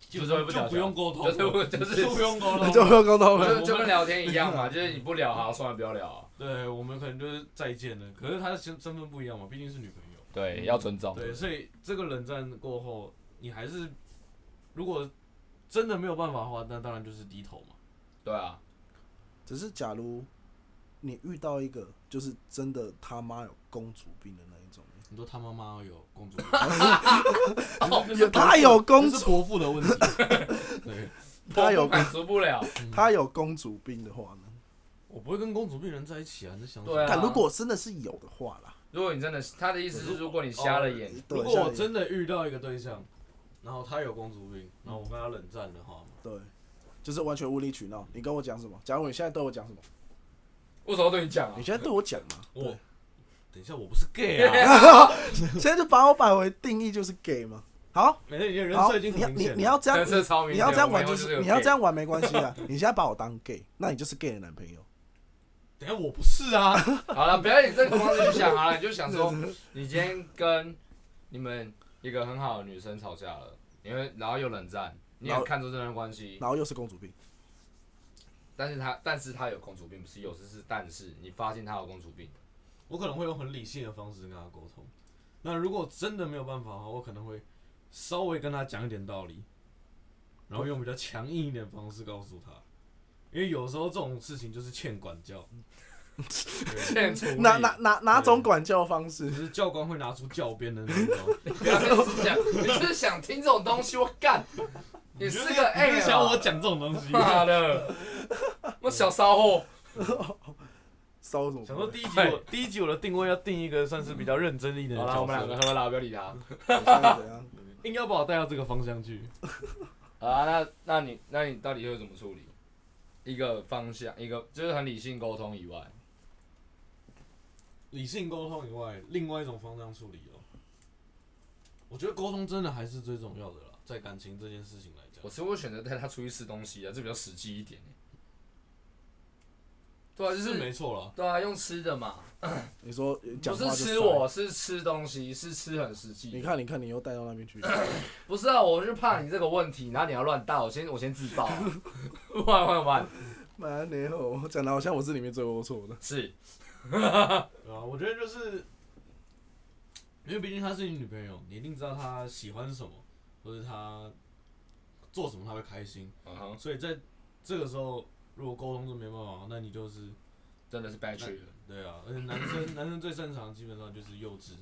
[SPEAKER 1] 就是
[SPEAKER 3] 就
[SPEAKER 1] 会不讲
[SPEAKER 3] 不用沟通，
[SPEAKER 1] 就是我就
[SPEAKER 3] 就是不用沟通。
[SPEAKER 2] 就会沟通了。
[SPEAKER 1] 就就跟聊天一样嘛，就是你不聊啊，算了，不要聊啊。
[SPEAKER 3] 对，我们可能就是再见了。可是他的身身份不一样嘛，毕竟是女朋友。
[SPEAKER 1] 对，要尊重。
[SPEAKER 3] 对，所以这个冷战过后，你还是如果真的没有办法的话，那当然就是低头嘛。
[SPEAKER 1] 对啊，
[SPEAKER 2] 只是假如你遇到一个就是真的他妈有公主病的那一种，
[SPEAKER 3] 你说他妈妈有公主，
[SPEAKER 1] 哦
[SPEAKER 2] 有他有公
[SPEAKER 3] 那是
[SPEAKER 2] 主，
[SPEAKER 3] 伯父的问题。对，
[SPEAKER 2] 他有
[SPEAKER 1] 我
[SPEAKER 3] 嗯
[SPEAKER 1] 满足不了，
[SPEAKER 2] 他有公主病的话呢？
[SPEAKER 3] 我不会跟公主病人在一起啊，你在想什么
[SPEAKER 1] 对啊
[SPEAKER 2] 但如果真的是有的话啦，
[SPEAKER 1] 如果你真的是，他的意思是，如果你瞎了眼，
[SPEAKER 2] 对
[SPEAKER 3] 如果我真的遇到一个对象，然后他有公主病，然后我跟他冷战的话嘛，
[SPEAKER 2] 对，就是完全无理取闹。你跟我讲什么？假如你现在对我讲什么？
[SPEAKER 1] 为什么要对你讲啊
[SPEAKER 2] 你？现在对我讲嘛？
[SPEAKER 3] 哦我
[SPEAKER 2] 对，
[SPEAKER 3] 等一下我不是 gay 啊，
[SPEAKER 2] 现在就把我摆回定义就是 gay 嘛。好，
[SPEAKER 3] 没事，你的人
[SPEAKER 2] 好，
[SPEAKER 3] 设已经
[SPEAKER 2] 你要
[SPEAKER 3] 很明
[SPEAKER 2] 你
[SPEAKER 3] 显
[SPEAKER 2] 你要
[SPEAKER 3] 了。
[SPEAKER 2] 这样，
[SPEAKER 1] 人设超明显
[SPEAKER 2] 你要这样玩
[SPEAKER 1] 我们以后就是是有
[SPEAKER 2] 你要
[SPEAKER 1] gay
[SPEAKER 2] 这样玩没关系啊。你现在把我当 gay，那你就是 gay 的男朋友。
[SPEAKER 3] 等一下我不是啊，
[SPEAKER 1] 好了，不要以这个方式去想啊，你就想说，你今天跟你们一个很好的女生吵架了，因为然后又冷战，你
[SPEAKER 2] 然
[SPEAKER 1] 也
[SPEAKER 2] 后
[SPEAKER 1] 看出这段关系，
[SPEAKER 2] 然后又是公主病，
[SPEAKER 1] 但是她但是她有公主病，不是有是是，但是你发现她有公主病，
[SPEAKER 3] 我可能会用很理性的方式跟他沟通。那如果真的没有办法的话，我可能会稍微跟他讲一点道理，然后用比较强硬一点的方式告诉他，因为有时候这种事情就是欠管教，
[SPEAKER 1] 欠处理，
[SPEAKER 2] 哪哪哪哪种管教方式
[SPEAKER 3] 只？是教官会拿出教鞭的那 种。
[SPEAKER 1] 不要跟思想，你就是想听这种东西，我 干，你是个
[SPEAKER 3] 你
[SPEAKER 1] A 啊
[SPEAKER 3] 就是想我讲这种东西，
[SPEAKER 1] 妈的， 我小骚货，
[SPEAKER 2] 烧什么？
[SPEAKER 3] 想说第一集我第一集我的定位要定一个算是比较认真一点
[SPEAKER 1] 好
[SPEAKER 3] 的
[SPEAKER 1] 啦，
[SPEAKER 3] 角
[SPEAKER 1] 我们两个
[SPEAKER 3] 色，
[SPEAKER 1] 喝啦，不要理他。
[SPEAKER 2] 现在怎样？
[SPEAKER 3] 硬要把我带到这个方向去。
[SPEAKER 1] 好啊，那那你那你到底会怎么处理？一个方向，一个就是很理性沟通以外，
[SPEAKER 3] 理性沟通以外，另外一种方向处理哦。我觉得沟通真的还是最重要的啦，在感情这件事情来讲
[SPEAKER 1] 我，是会选择带他出去吃东西啊，这比较实际一点欸。对啊，就是是
[SPEAKER 3] 没错啦。
[SPEAKER 1] 对啊，用吃的嘛，
[SPEAKER 2] 你说
[SPEAKER 1] 不
[SPEAKER 2] 讲话
[SPEAKER 1] 是
[SPEAKER 2] 就
[SPEAKER 1] 吃我，是吃东西，是吃很实际
[SPEAKER 2] 塞，
[SPEAKER 1] 的。
[SPEAKER 2] 你看你看你又带到那边去，
[SPEAKER 1] 不是啊，我就怕你这个问题，然后你要乱带，我先我先自爆、 啊，玩玩玩，
[SPEAKER 2] 妈你好，讲的好像我是里面最龌龊的。
[SPEAKER 1] 是
[SPEAKER 3] 对啊，我觉得就是，因为毕竟她是你女朋友，你一定知道她喜欢什么，或者她做什么她会开心。
[SPEAKER 1] 嗯哼，
[SPEAKER 3] 所以在这个时候，如果沟通是没办法，那你就是
[SPEAKER 1] 真的是 bad trip，
[SPEAKER 3] 对啊，而且男生男生最擅长的基本上就是幼稚，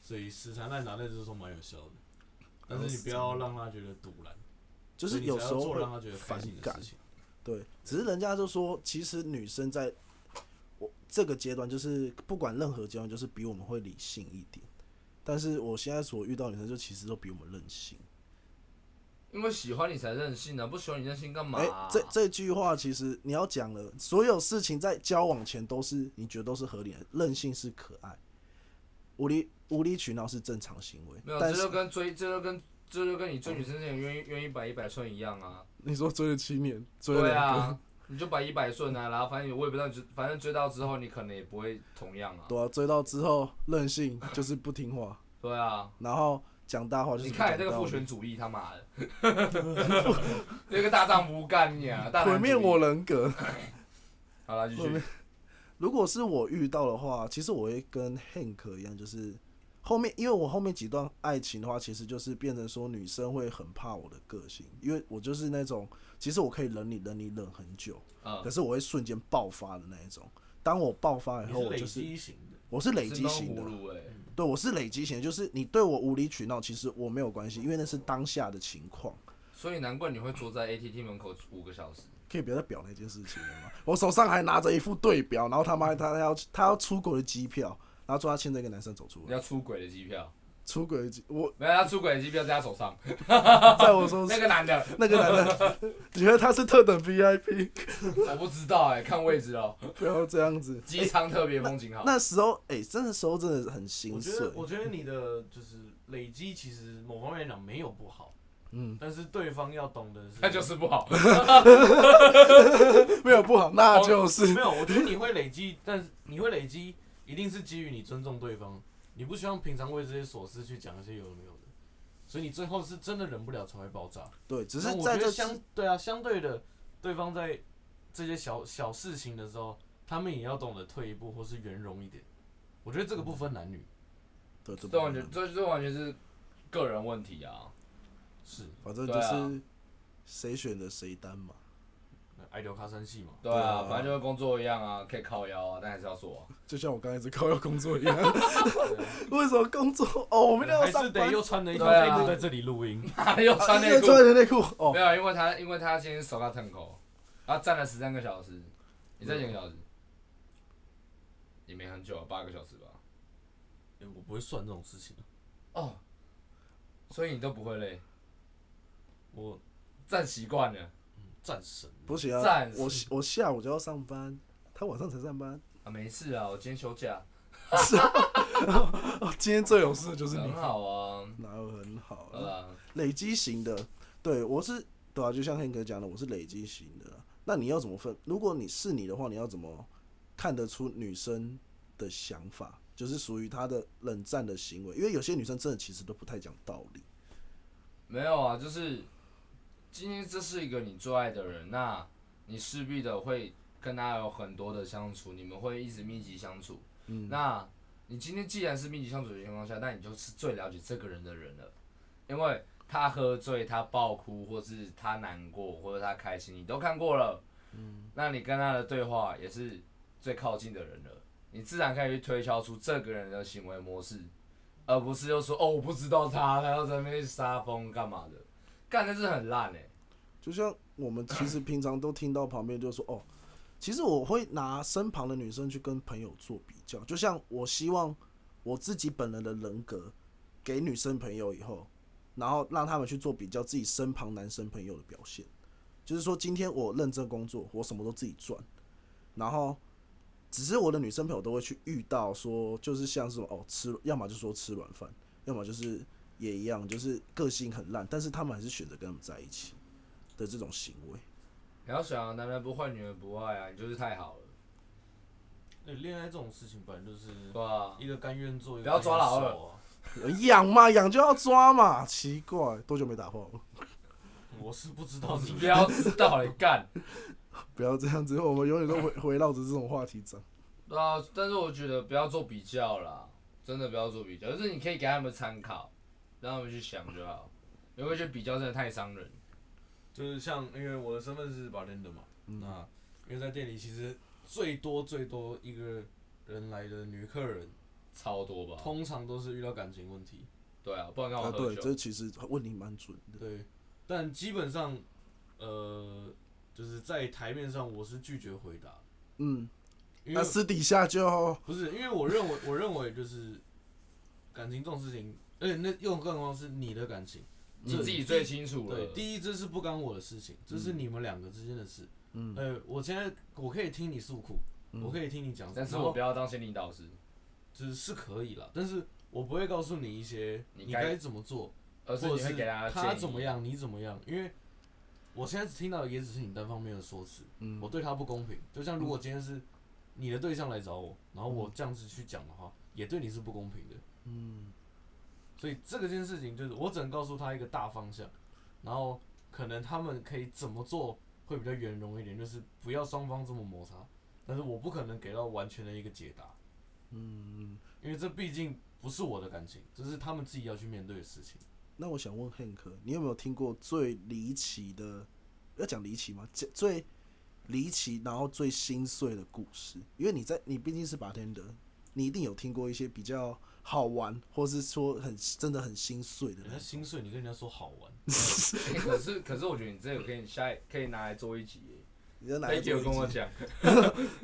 [SPEAKER 3] 所以死缠烂打那就是说蛮有效的，但是你不要让他觉得堵然，
[SPEAKER 2] 就是有时
[SPEAKER 3] 所以你
[SPEAKER 2] 候
[SPEAKER 3] 只要做让他
[SPEAKER 2] 会
[SPEAKER 3] 觉得
[SPEAKER 2] 反
[SPEAKER 3] 开心的
[SPEAKER 2] 感
[SPEAKER 3] 事，情。
[SPEAKER 2] 对，只是人家就说，其实女生在我这个阶段，就是不管任何阶段，就是比我们会理性一点。但是我现在所遇到的女生，就其实都比我们任性。
[SPEAKER 1] 因为喜欢你才任性啊，不喜欢你任性干嘛、
[SPEAKER 2] 哎、
[SPEAKER 1] 啊
[SPEAKER 2] 这这句话其实你要讲了，所有事情在交往前都是你觉得都是合理的，任性是可爱，无理无理取闹是正常行为
[SPEAKER 1] 没有，。这
[SPEAKER 2] 但
[SPEAKER 1] 就是跟追，这就跟这就跟你追女生之前愿意愿意摆一百顺一样啊。
[SPEAKER 2] 你说追了七年，追了
[SPEAKER 1] 对
[SPEAKER 2] 两个，
[SPEAKER 1] 啊，你就摆一百顺啊，然后反正我也不知道你追，反正追到之后你可能也不会同样啊。
[SPEAKER 2] 对啊，追到之后任性就是不听话，
[SPEAKER 1] 对啊，
[SPEAKER 2] 然后讲大话就是
[SPEAKER 1] 你
[SPEAKER 2] 不
[SPEAKER 1] 看你
[SPEAKER 2] 讲
[SPEAKER 1] 这个
[SPEAKER 2] 道
[SPEAKER 1] 父
[SPEAKER 2] 理
[SPEAKER 1] 权主义他妈的， 这个大丈夫干你啊，大男主
[SPEAKER 2] 毁
[SPEAKER 1] 义
[SPEAKER 2] 灭我。人格。
[SPEAKER 1] 好了，继
[SPEAKER 2] 毁
[SPEAKER 1] 续
[SPEAKER 2] 灭。如果是我遇到的话，其实我会跟 Hank 一样，就是后面，因为我后面几段爱情的话，其实就是变成说女生会很怕我的个性，因为我就是那种，其实我可以忍你，忍你忍很久，
[SPEAKER 3] 啊
[SPEAKER 1] 嗯
[SPEAKER 2] 可，是我会瞬间爆发的那一种。当我爆发以
[SPEAKER 3] 你
[SPEAKER 2] 后，
[SPEAKER 3] 是
[SPEAKER 2] 我
[SPEAKER 3] 累
[SPEAKER 2] 就是
[SPEAKER 3] 积型的，
[SPEAKER 2] 我是累积
[SPEAKER 1] 是
[SPEAKER 2] 型
[SPEAKER 1] 闷
[SPEAKER 2] 的
[SPEAKER 1] 葫，芦哎，
[SPEAKER 2] 对，我是累积型的，就是你对我无理取闹，其实我没有关系，因为那是当下的情况。
[SPEAKER 1] 所以难怪你会坐
[SPEAKER 2] 嗯
[SPEAKER 1] 在 ATT 门口五个小时。
[SPEAKER 2] 可以不要再表那件事情了吗？ 我手上还拿着一副对表，然后他妈他他要他要出国的机票，然后说他牵着一个男生走出
[SPEAKER 1] 你
[SPEAKER 2] 来，
[SPEAKER 1] 要出轨的机票，
[SPEAKER 2] 出轨的机我
[SPEAKER 1] 没有他出轨的机票在他手 上，
[SPEAKER 2] 在 我说
[SPEAKER 1] 那个男的
[SPEAKER 2] 那个男的， 觉得他是特等 VIP，
[SPEAKER 1] 我不知道哎，看位置哦，
[SPEAKER 2] 不要这样子。
[SPEAKER 1] 机场特别风景好。
[SPEAKER 2] 那时候哎、真的时候真的很
[SPEAKER 3] 我
[SPEAKER 2] 心
[SPEAKER 3] 觉
[SPEAKER 2] 碎
[SPEAKER 3] 得，我觉得你的就是累积，其实某方面来讲没有不好，
[SPEAKER 2] 嗯，
[SPEAKER 3] 但是对方要懂的是，
[SPEAKER 1] 那就是不好，
[SPEAKER 2] 没有不好，那就是
[SPEAKER 3] 没有，我觉得你会累积， 但是你会累积，一定是基于你尊重对方，你不希望平常为这些琐事去讲一些有的没有的。所以你最后是真的忍不了才会爆炸。
[SPEAKER 2] 对，只
[SPEAKER 3] 那
[SPEAKER 2] 是
[SPEAKER 3] 我
[SPEAKER 2] 在
[SPEAKER 3] 觉
[SPEAKER 2] 这
[SPEAKER 3] 得
[SPEAKER 2] 之
[SPEAKER 3] 相对啊，相对的，对方在这些小小事情的时候，他们也要懂得退一步或是圆融一点。我觉得这个不分男女，
[SPEAKER 2] 对对
[SPEAKER 1] 这
[SPEAKER 2] 对
[SPEAKER 1] 完全这这完全是个人问题啊。
[SPEAKER 3] 是
[SPEAKER 2] 反正就
[SPEAKER 1] 对啊
[SPEAKER 2] 是谁选的谁担嘛。
[SPEAKER 3] 那爱留卡生气嘛。
[SPEAKER 1] 对
[SPEAKER 2] 对啊
[SPEAKER 1] 啊，反正就跟工作一样啊，可以靠腰啊，但还是要做、啊。
[SPEAKER 2] 就像我刚才一直靠要工作一样， 为什么工作？哦，我们都要
[SPEAKER 3] 还是
[SPEAKER 2] 上
[SPEAKER 3] 得
[SPEAKER 2] 班，
[SPEAKER 3] 又穿了一条
[SPEAKER 1] 对
[SPEAKER 3] 内
[SPEAKER 1] 啊
[SPEAKER 3] 裤在这里录音。
[SPEAKER 1] 哪 里有啊穿内
[SPEAKER 2] 又
[SPEAKER 1] 裤？
[SPEAKER 2] 穿着内裤哦
[SPEAKER 1] 没，有，因为他因为他今天手到疼口，然后站了十三个小时，你站几个小时？也没很久，啊八个小时吧。
[SPEAKER 3] 欸我不会算这种事情，
[SPEAKER 1] 哦，所以你都不会累，
[SPEAKER 3] 我
[SPEAKER 1] 站习惯了
[SPEAKER 3] 战神。
[SPEAKER 2] 不行啊
[SPEAKER 1] 赞，
[SPEAKER 2] 我我下午就要上班，他晚上才上班。
[SPEAKER 1] 啊，没事啊，我今天休假，
[SPEAKER 2] 哦， 今天最有事的就是你
[SPEAKER 1] 很，好啊，呃
[SPEAKER 2] 哪有很好
[SPEAKER 1] 好
[SPEAKER 2] 啊？
[SPEAKER 1] 吧，
[SPEAKER 2] 累积型的，对我是，对啊，就像 Hank 讲的，我是累积型的啦。那你要怎么分？如果你是你的话，你要怎么看得出女生的想法？就是属于她的冷战的行为，因为有些女生真的其实都不太讲道理。
[SPEAKER 1] 没有啊，就是今天这是一个你最爱的人，那你势必的会跟他有很多的相处，你们会一直密集相处。
[SPEAKER 2] 嗯，
[SPEAKER 1] 那你今天既然是密集相处的情况下，那你就是最了解这个人的人了，因为他喝醉、他爆哭，或是他难过，或者他开心，你都看过了。嗯，那你跟他的对话也是最靠近的人了，你自然可以去推敲出这个人的行为模式，而不是又说哦我不知道他，他要在那边撒疯干嘛的，干的是很烂哎、
[SPEAKER 2] 就像我们其实平常都听到旁边就说哦，其实我会拿身旁的女生去跟朋友做比较，就像我希望我自己本人的人格给女生朋友以后，然后让他们去做比较自己身旁男生朋友的表现，就是说今天我认真工作，我什么都自己赚，然后。只是我的女生朋友都会去遇到说，就是像是哦吃，要么就说吃软饭，要么就是也一样，就是个性很烂，但是他们还是选择跟他们在一起。的这种行为。
[SPEAKER 1] 你要想啊男人不坏，女人不爱啊，你就是太好了，
[SPEAKER 3] 对，恋爱这种事情本来就是
[SPEAKER 1] 对吧、
[SPEAKER 3] 一个甘愿做，一个
[SPEAKER 1] 不要抓老二
[SPEAKER 3] 甘愿受啊。
[SPEAKER 2] 养嘛，养就要抓嘛，奇怪，多久没打炮了？
[SPEAKER 3] 我是不知道
[SPEAKER 1] 你
[SPEAKER 3] 你
[SPEAKER 1] 不要知道你干。
[SPEAKER 2] 不要这样子，我们永远都围围绕着这种话题长。
[SPEAKER 1] 对啊，但是我觉得不要做比较啦，真的不要做比较，就是你可以给他们参考，让他们去想就好。因为我觉得比较真的太伤人，
[SPEAKER 3] 就是像，因为我的身份是 bartender 嘛，
[SPEAKER 2] 嗯
[SPEAKER 3] 那因为在店里其实最多最多一个人来的女客人，
[SPEAKER 1] 超多吧？
[SPEAKER 3] 通常都是遇到感情问题，
[SPEAKER 1] 对啊，不然干
[SPEAKER 2] 啊，
[SPEAKER 1] 嘛喝
[SPEAKER 2] 对，
[SPEAKER 1] 酒？
[SPEAKER 2] 这其实问你蛮准的。
[SPEAKER 3] 对，但基本上，呃，就是在台面上我是拒绝回答，
[SPEAKER 2] 嗯，
[SPEAKER 3] 因为
[SPEAKER 2] 那私底下就
[SPEAKER 3] 不是因为我认为 我认为就是感情这种事情，而且呃那又更何况是你的感情，
[SPEAKER 1] 你自己最清楚了
[SPEAKER 3] 对，。第一这是不干我的事情，这是你们两个之间的事，
[SPEAKER 2] 嗯
[SPEAKER 3] 呃，我现在我可以听你诉苦，
[SPEAKER 2] 嗯
[SPEAKER 3] 我可以听你讲，
[SPEAKER 1] 但是
[SPEAKER 3] 然后
[SPEAKER 1] 我不要当心理导师，
[SPEAKER 3] 就是是可以啦，但是我不会告诉你一些
[SPEAKER 1] 你
[SPEAKER 3] 你
[SPEAKER 1] 该
[SPEAKER 3] 该怎么做，
[SPEAKER 1] 而是
[SPEAKER 3] 或
[SPEAKER 1] 你
[SPEAKER 3] 者
[SPEAKER 1] 会
[SPEAKER 3] 是
[SPEAKER 1] 给
[SPEAKER 3] 他
[SPEAKER 1] 建议。
[SPEAKER 3] 怎么？样，你怎么样，因为我现在只听到的也只是你单方面的说辞，
[SPEAKER 2] 嗯
[SPEAKER 3] 我对他不公平。就像
[SPEAKER 1] 嗯
[SPEAKER 3] 如果今天是你的对象来找我，然后我这样子去讲的话，也对你是不公平的。
[SPEAKER 2] 嗯，
[SPEAKER 3] 所以这个件事情就是我只能告诉他一个大方向，然后可能他们可以怎么做会比较圆融一点，就是不要双方这么摩擦。但是我不可能给到完全的一个解答，
[SPEAKER 2] 嗯，
[SPEAKER 3] 因为这毕竟不是我的感情，这是他们自己要去面对的事情。
[SPEAKER 2] 那我想问 Hank，你有没有听过最离奇的？要讲离奇吗？最最离奇，然后最心碎的故事，因为你在你毕竟是 bartender，你一定有听过一些比较好玩，或是说很真的很心碎的
[SPEAKER 3] 人
[SPEAKER 2] 那
[SPEAKER 3] 家
[SPEAKER 2] 种。
[SPEAKER 3] 心碎，你跟人家说好玩，
[SPEAKER 1] 可是可是我觉得你这个可以下一可以拿来做一集耶。
[SPEAKER 2] 你在哪
[SPEAKER 1] 那
[SPEAKER 2] 一
[SPEAKER 1] 一集有
[SPEAKER 2] 集
[SPEAKER 1] 跟我讲，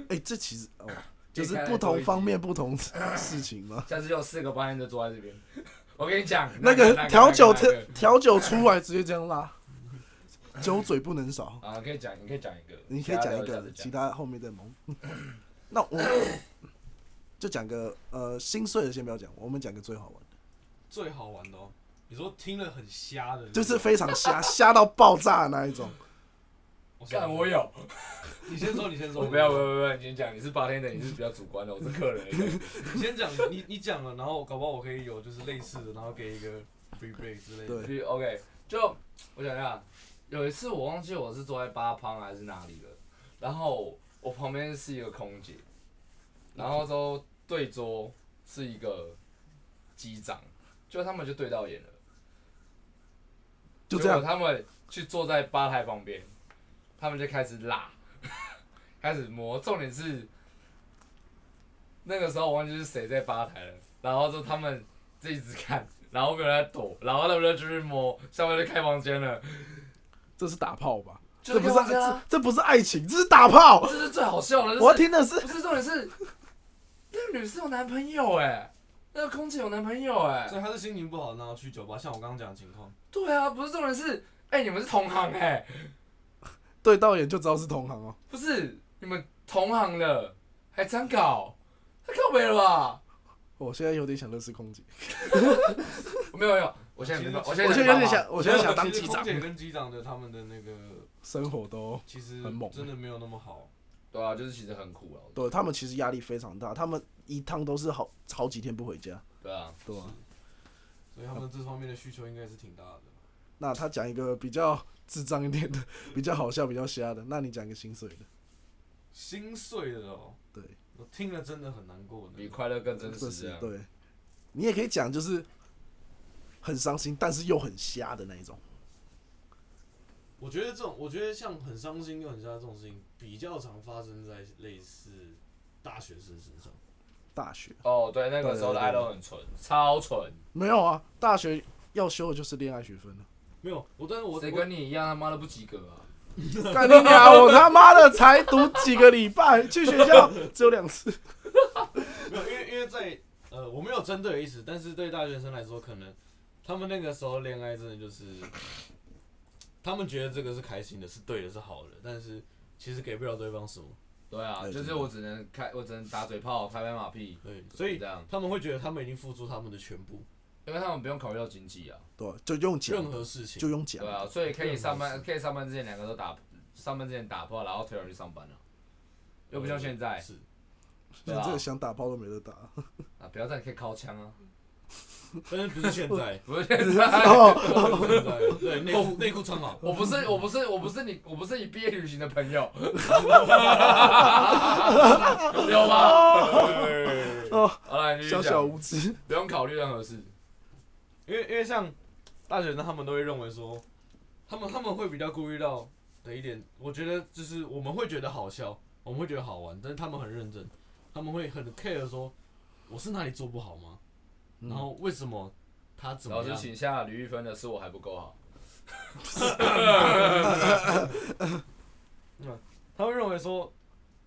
[SPEAKER 2] 哎、这其实哦，就是不同方面不同事情 嘛。
[SPEAKER 1] 下次就有四个班人就坐在这边。我跟你讲，
[SPEAKER 2] 那
[SPEAKER 1] 个
[SPEAKER 2] 个调酒
[SPEAKER 1] 那
[SPEAKER 2] 调
[SPEAKER 1] 个那个
[SPEAKER 2] 调酒出来直接这样拉，酒嘴不能少。
[SPEAKER 1] 啊，可以讲，你可以讲一个，
[SPEAKER 2] 你可以讲一
[SPEAKER 1] 其他
[SPEAKER 2] 个
[SPEAKER 1] 的，
[SPEAKER 2] 其他后面再蒙。 那我就讲个呃心碎的先不要讲，我们讲个最好玩的，
[SPEAKER 5] 最好玩的哦。你说听了很瞎的，
[SPEAKER 2] 就是非常瞎瞎到爆炸的那一种。
[SPEAKER 5] 我想
[SPEAKER 1] 干我 有。
[SPEAKER 5] 你先说，你先说，
[SPEAKER 1] 我不要，不要，不要，你先讲，你是八天的，你是比较主观的，我是客人而已。
[SPEAKER 5] 你先讲，你你讲了，然后搞不好我可以有就是类似的，然后给一个
[SPEAKER 4] free break 之类的。
[SPEAKER 2] 对
[SPEAKER 1] OK，就我想一下，有一次我忘记我是坐在八旁还是哪里了，然后我旁边是一个空姐，然后之后对桌是一个机长，就他们就对到眼了，
[SPEAKER 2] 就这样
[SPEAKER 1] 结果他们去坐在吧台旁边，他们就开始拉， 开始摸，重点是那个时候我忘记是谁在吧台了，然后就他们就一直看。然后没有人在躲，然后他们就继续摸，下面就开房间了，
[SPEAKER 2] 这是打炮吧？
[SPEAKER 1] 就
[SPEAKER 2] 这不
[SPEAKER 1] 开
[SPEAKER 2] 是
[SPEAKER 1] 房间啊
[SPEAKER 2] 这这不是爱情，这是打炮。
[SPEAKER 1] 这是最好笑的，就
[SPEAKER 2] 我要
[SPEAKER 1] 是
[SPEAKER 2] 听的是
[SPEAKER 1] 不是重点是，那个女生有男朋友哎、那个空姐有男朋友哎、
[SPEAKER 3] 所以他是心情不好，然后去酒吧，像我刚刚讲的情况。
[SPEAKER 1] 对啊，不是重点是，哎、你们是同行哎、
[SPEAKER 2] 对到眼就知道是同行哦。
[SPEAKER 1] 不是你们同行了，还这样搞，太靠北了吧？
[SPEAKER 2] 我现在有点想认识空姐，
[SPEAKER 1] 哦没有没有，我现在没办法，我现在
[SPEAKER 2] 我现在有点想，我现在想当
[SPEAKER 3] 其实
[SPEAKER 2] 机长
[SPEAKER 3] 空，姐跟机长的他们的那个
[SPEAKER 2] 生活都
[SPEAKER 3] 其实
[SPEAKER 2] 很猛
[SPEAKER 3] 真的没有那么好。
[SPEAKER 1] 对啊，就是其实很苦啊，
[SPEAKER 2] 对他们其实压力非常大，他们一趟都是好好几天不回家，
[SPEAKER 1] 对啊，
[SPEAKER 2] 对吧、
[SPEAKER 3] 所以他们这方面的需求应该是挺大的。
[SPEAKER 2] 那他讲一个比较智障一点的， 比较好笑、比较瞎的，那你讲一个心碎的，
[SPEAKER 3] 心碎的哦，
[SPEAKER 2] 对，
[SPEAKER 3] 我听了真的很难过呢
[SPEAKER 1] 比。快乐更真
[SPEAKER 2] 这
[SPEAKER 1] 实这
[SPEAKER 2] 是
[SPEAKER 1] 样，
[SPEAKER 2] 对。你也可以讲就是很伤心，但是又很瞎的那一种。
[SPEAKER 3] 我觉得这种，我觉得像很伤心又很sad 这种事情，比较常发生在类似大学生身上。
[SPEAKER 2] 大学
[SPEAKER 1] 哦对，那个时候的爱都很纯，超纯，
[SPEAKER 2] 没有啊，大学要修的就是恋爱学分了。啊
[SPEAKER 3] 没有，我但是我
[SPEAKER 1] 谁
[SPEAKER 3] 我
[SPEAKER 1] 跟你一样他妈的不及格啊？
[SPEAKER 2] 干你娘！啊我他妈的才读几个礼拜，去学校只有两次。
[SPEAKER 3] 没有，因为因为在呃，我没有针对的意思，但是对大学生来说，可能他们那个时候恋爱真的就是，他们觉得这个是开心的，是对的，是好的，但是其实给不了对方什么，
[SPEAKER 1] 对啊，
[SPEAKER 2] 对
[SPEAKER 1] 就是
[SPEAKER 2] 真的
[SPEAKER 1] 我只能开，我只能打嘴炮，拍拍马屁，
[SPEAKER 3] 对，所以
[SPEAKER 1] 这样，
[SPEAKER 3] 他们会觉得他们已经付出他们的全部，
[SPEAKER 1] 因为他们不用考虑到经济啊。
[SPEAKER 2] 对，就用讲
[SPEAKER 3] 任，何事情
[SPEAKER 2] 就用讲
[SPEAKER 1] 对。啊，所以可以上
[SPEAKER 3] 任
[SPEAKER 1] 班，
[SPEAKER 3] 何
[SPEAKER 1] 可以上班之前两个都打，上班之前打炮，然后推人去上班了，又不像现在
[SPEAKER 3] 是，
[SPEAKER 1] 对
[SPEAKER 2] 现
[SPEAKER 1] 啊
[SPEAKER 2] 在，想打炮都没 得打。
[SPEAKER 1] 啊，不要再可以靠枪啊，，
[SPEAKER 3] 但是不是现在
[SPEAKER 1] 不是现在，
[SPEAKER 2] 哦
[SPEAKER 3] 不是现在，对内裤内裤穿好，
[SPEAKER 1] 我不是我不是我不是你我不是你毕业旅行的朋 友，有吗？
[SPEAKER 2] 哦
[SPEAKER 1] 好了，你继续
[SPEAKER 2] 小小
[SPEAKER 1] 讲，
[SPEAKER 2] 无知，
[SPEAKER 1] 不用考虑任何事，
[SPEAKER 3] 因为因为像大学生，他们都会认为说，他们他们会比较顾虑到的一点，我觉得就是我们会觉得好笑，我们会觉得好玩，但是他们很认真，他们会很 care 说，我是哪里做不好吗？
[SPEAKER 2] 嗯
[SPEAKER 3] 然后为什么他怎么
[SPEAKER 1] 老师
[SPEAKER 3] 样？
[SPEAKER 1] 请下吕玉芬的是我还不够好，
[SPEAKER 3] 他会认为说，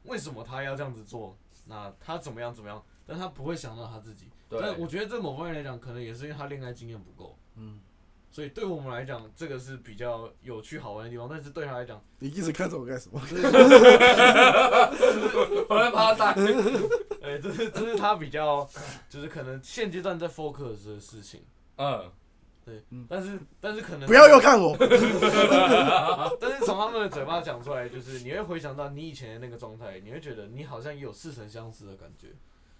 [SPEAKER 3] 为什么他要这样子做？那他怎么样怎么样？但他不会想到他自己。
[SPEAKER 1] 对，
[SPEAKER 3] 但我觉得这某方面来讲，可能也是因为他恋爱经验不够，
[SPEAKER 2] 嗯，
[SPEAKER 3] 所以对我们来讲，这个是比较有趣好玩的地方。但是对他来讲，
[SPEAKER 2] 你一直看着我干什么？
[SPEAKER 1] 我在怕他 打，
[SPEAKER 3] 哎、这是这是他比较，就是可能现阶段在 focus 的事情，
[SPEAKER 1] 嗯，
[SPEAKER 3] 但是但是可能啊
[SPEAKER 2] 不要又，看我。
[SPEAKER 3] 但是从他们的嘴巴讲出来，就是你会回想到你以前的那个状态，你会觉得你好像也有似曾相识的感觉，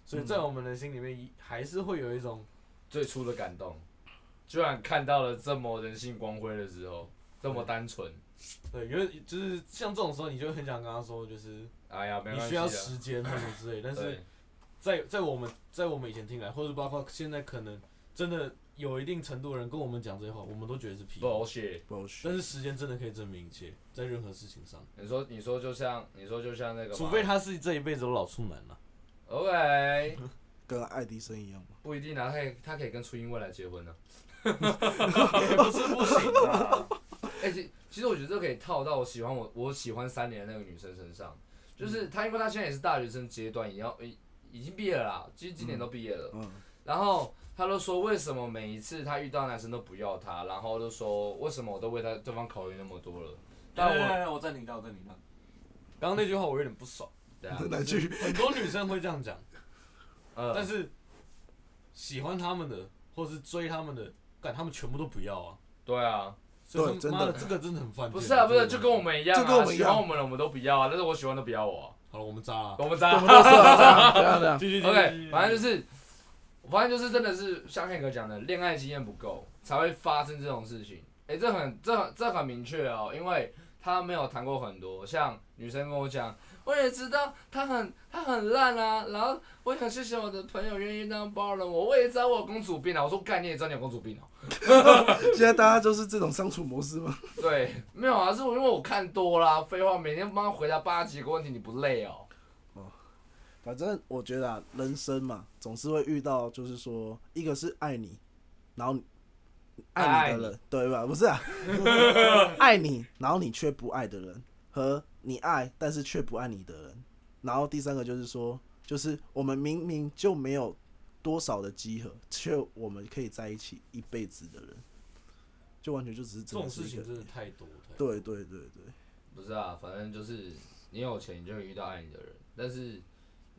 [SPEAKER 3] 所以
[SPEAKER 2] 嗯
[SPEAKER 3] 在我们的心里面还是会有一种，
[SPEAKER 1] 最初的感动，居然看到了这么人性光辉的时候，这么单纯，
[SPEAKER 3] 对，有就是像这种时候，你就会很想跟他说，就是
[SPEAKER 1] 哎呀，没
[SPEAKER 3] 你
[SPEAKER 1] 关
[SPEAKER 3] 需
[SPEAKER 1] 系啊
[SPEAKER 3] 要，时间或者之类，但是
[SPEAKER 1] 对。
[SPEAKER 3] 在在我们在我们以前听来，或者包括现在可能真的有一定程度的人跟我们讲这些话，我们都觉得是屁话。
[SPEAKER 1] bullshit。
[SPEAKER 2] bullshit
[SPEAKER 3] 但是时间真的可以证明一切，在任何事情上，
[SPEAKER 1] 你说，你说就像，你说就像那个嘛，
[SPEAKER 3] 除非他是这一辈子都老处男了。
[SPEAKER 1] OK，
[SPEAKER 2] 跟爱迪生一样嘛。
[SPEAKER 1] 不一定啊，他可以他可以跟初音未来结婚呢、
[SPEAKER 3] 不是不行啊，
[SPEAKER 1] 哎、其其实我觉得这可以套到我喜欢我我喜欢三年的那个女生身上，就是她，因为她现在也是大学生阶段，也要已已经毕业了啦，其实今年都毕业了。
[SPEAKER 2] 嗯，
[SPEAKER 1] 然后她都说为什么每一次她遇到男生都不要她，然后就说为什么我都为她对方考虑那么多了，但
[SPEAKER 4] 来
[SPEAKER 3] 哎
[SPEAKER 1] 我
[SPEAKER 4] 来来我暂停一下，我暂停一下。
[SPEAKER 3] 刚刚那句话我有点不 爽，
[SPEAKER 1] 对啊，
[SPEAKER 2] 那句
[SPEAKER 3] 很多女生会这样讲，
[SPEAKER 1] 呃，
[SPEAKER 3] 但是喜欢他们的或是追他们的，干他们全部都不要啊。
[SPEAKER 1] 对啊，
[SPEAKER 3] 所以他
[SPEAKER 2] 对
[SPEAKER 3] 们
[SPEAKER 2] 真的
[SPEAKER 3] 妈的，这个真的很犯贱。
[SPEAKER 1] 不是啊，不
[SPEAKER 3] 这个
[SPEAKER 1] 是就跟我们一样、啊，
[SPEAKER 2] 就跟我们一
[SPEAKER 1] 喜
[SPEAKER 2] 样
[SPEAKER 1] 欢我们的我们都不要啊，但是我喜欢的不要我啊、
[SPEAKER 3] 好了，我们渣了。
[SPEAKER 1] 我们渣
[SPEAKER 2] 我。们都是啊这样这样这样。
[SPEAKER 3] 继续继续继
[SPEAKER 1] OK，
[SPEAKER 3] 续
[SPEAKER 1] 反正就是，我发现就是真的是像黑哥讲的，恋爱经验不够，才会发生这种事情。哎、这很这很这很明确哦，因为他没有谈过很多，像女生跟我讲，我也知道他很他很烂啊，然后我也很谢谢我的朋友愿意那样包容我，我也知道我有公主病啊，我说概念也知道你有公主病哦、
[SPEAKER 2] 现在大家就是这种相处模式吗？
[SPEAKER 1] 对，没有啊，是我因为我看多啦，废话，每天帮他回答八十几个问题，你不累哦、
[SPEAKER 2] 反正我觉得啊，人生嘛，总是会遇到，就是说，一个是爱你，然后你爱你的人，对吧？不是 啊，爱你，然后你却不爱的人，和你爱但是却不爱你的人。然后第三个就是说，就是我们明明就没有多少的集合，却我们可以在一起一辈子的人，就完全就只是
[SPEAKER 3] 这
[SPEAKER 2] 真
[SPEAKER 3] 种
[SPEAKER 2] 的是
[SPEAKER 3] 事
[SPEAKER 2] 一个
[SPEAKER 3] 情真的太多太多。
[SPEAKER 2] 对对对对，
[SPEAKER 1] 不是啊，反正就是你有钱，你就会遇到爱你的人，但是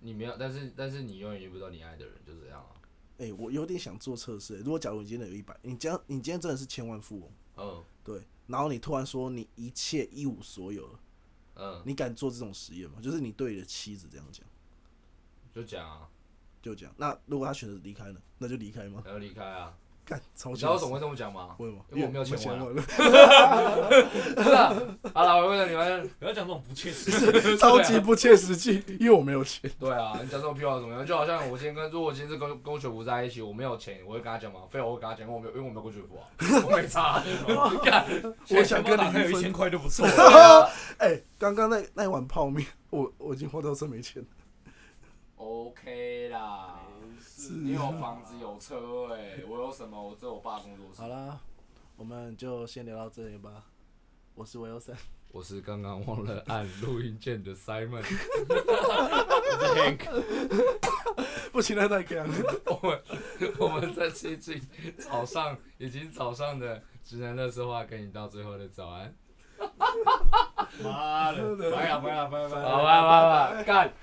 [SPEAKER 1] 你没有，但是但是你永远遇不到你爱的人，就这样啊。
[SPEAKER 2] 哎、我有点想做测试、欸如果假如你今天有一百，你将你今天真的是千万富翁。
[SPEAKER 1] 嗯
[SPEAKER 2] 对，然后你突然说你一切一无所有了，
[SPEAKER 1] 嗯，
[SPEAKER 2] 你敢做这种实验吗？就是你对你的妻子这样讲，
[SPEAKER 1] 就讲啊，
[SPEAKER 2] 就讲。那如果他选择离开呢？那就离开吗？
[SPEAKER 1] 然后离开啊。
[SPEAKER 2] 干，超
[SPEAKER 1] 你
[SPEAKER 2] 级
[SPEAKER 1] 知道为什么会这么讲吗？
[SPEAKER 2] 为什么？
[SPEAKER 1] 因为我没有钱玩
[SPEAKER 2] 玩
[SPEAKER 1] 啊
[SPEAKER 2] 了，
[SPEAKER 1] 不是啊，好了，我问了你们，
[SPEAKER 3] 不要讲这种不切实际。 啊
[SPEAKER 2] 超级不切实际，因为我没有钱。
[SPEAKER 1] 对啊，你讲这种屁话怎么样？就好像我今天跟，如果我今天是跟跟我雪芙在一起，我没有钱，我会跟他讲吗？废话，我会跟他讲，因为我没有，因为我没有跟雪芙 啊，我没差。干，
[SPEAKER 2] 我想跟
[SPEAKER 3] 打开有
[SPEAKER 2] 你
[SPEAKER 3] 一
[SPEAKER 2] 分
[SPEAKER 3] 千。块就不错了。
[SPEAKER 2] 哎、刚刚那那一碗泡面，我我已经花到真没钱了。
[SPEAKER 1] OK 啦，
[SPEAKER 2] 是
[SPEAKER 1] 你有房子有车哎、我有什么？我只有我爸工作室。
[SPEAKER 2] 啦，我们就先聊到这里吧。我是维欧森，
[SPEAKER 1] 我是刚刚忘了按录音键的 Simon，
[SPEAKER 2] 不行，那太干了。
[SPEAKER 1] 我们我们在最近早上已经早上的直男乐色话跟你到最后的早安，
[SPEAKER 3] 妈的，拜了拜了拜了拜了。
[SPEAKER 1] 好吧好吧，干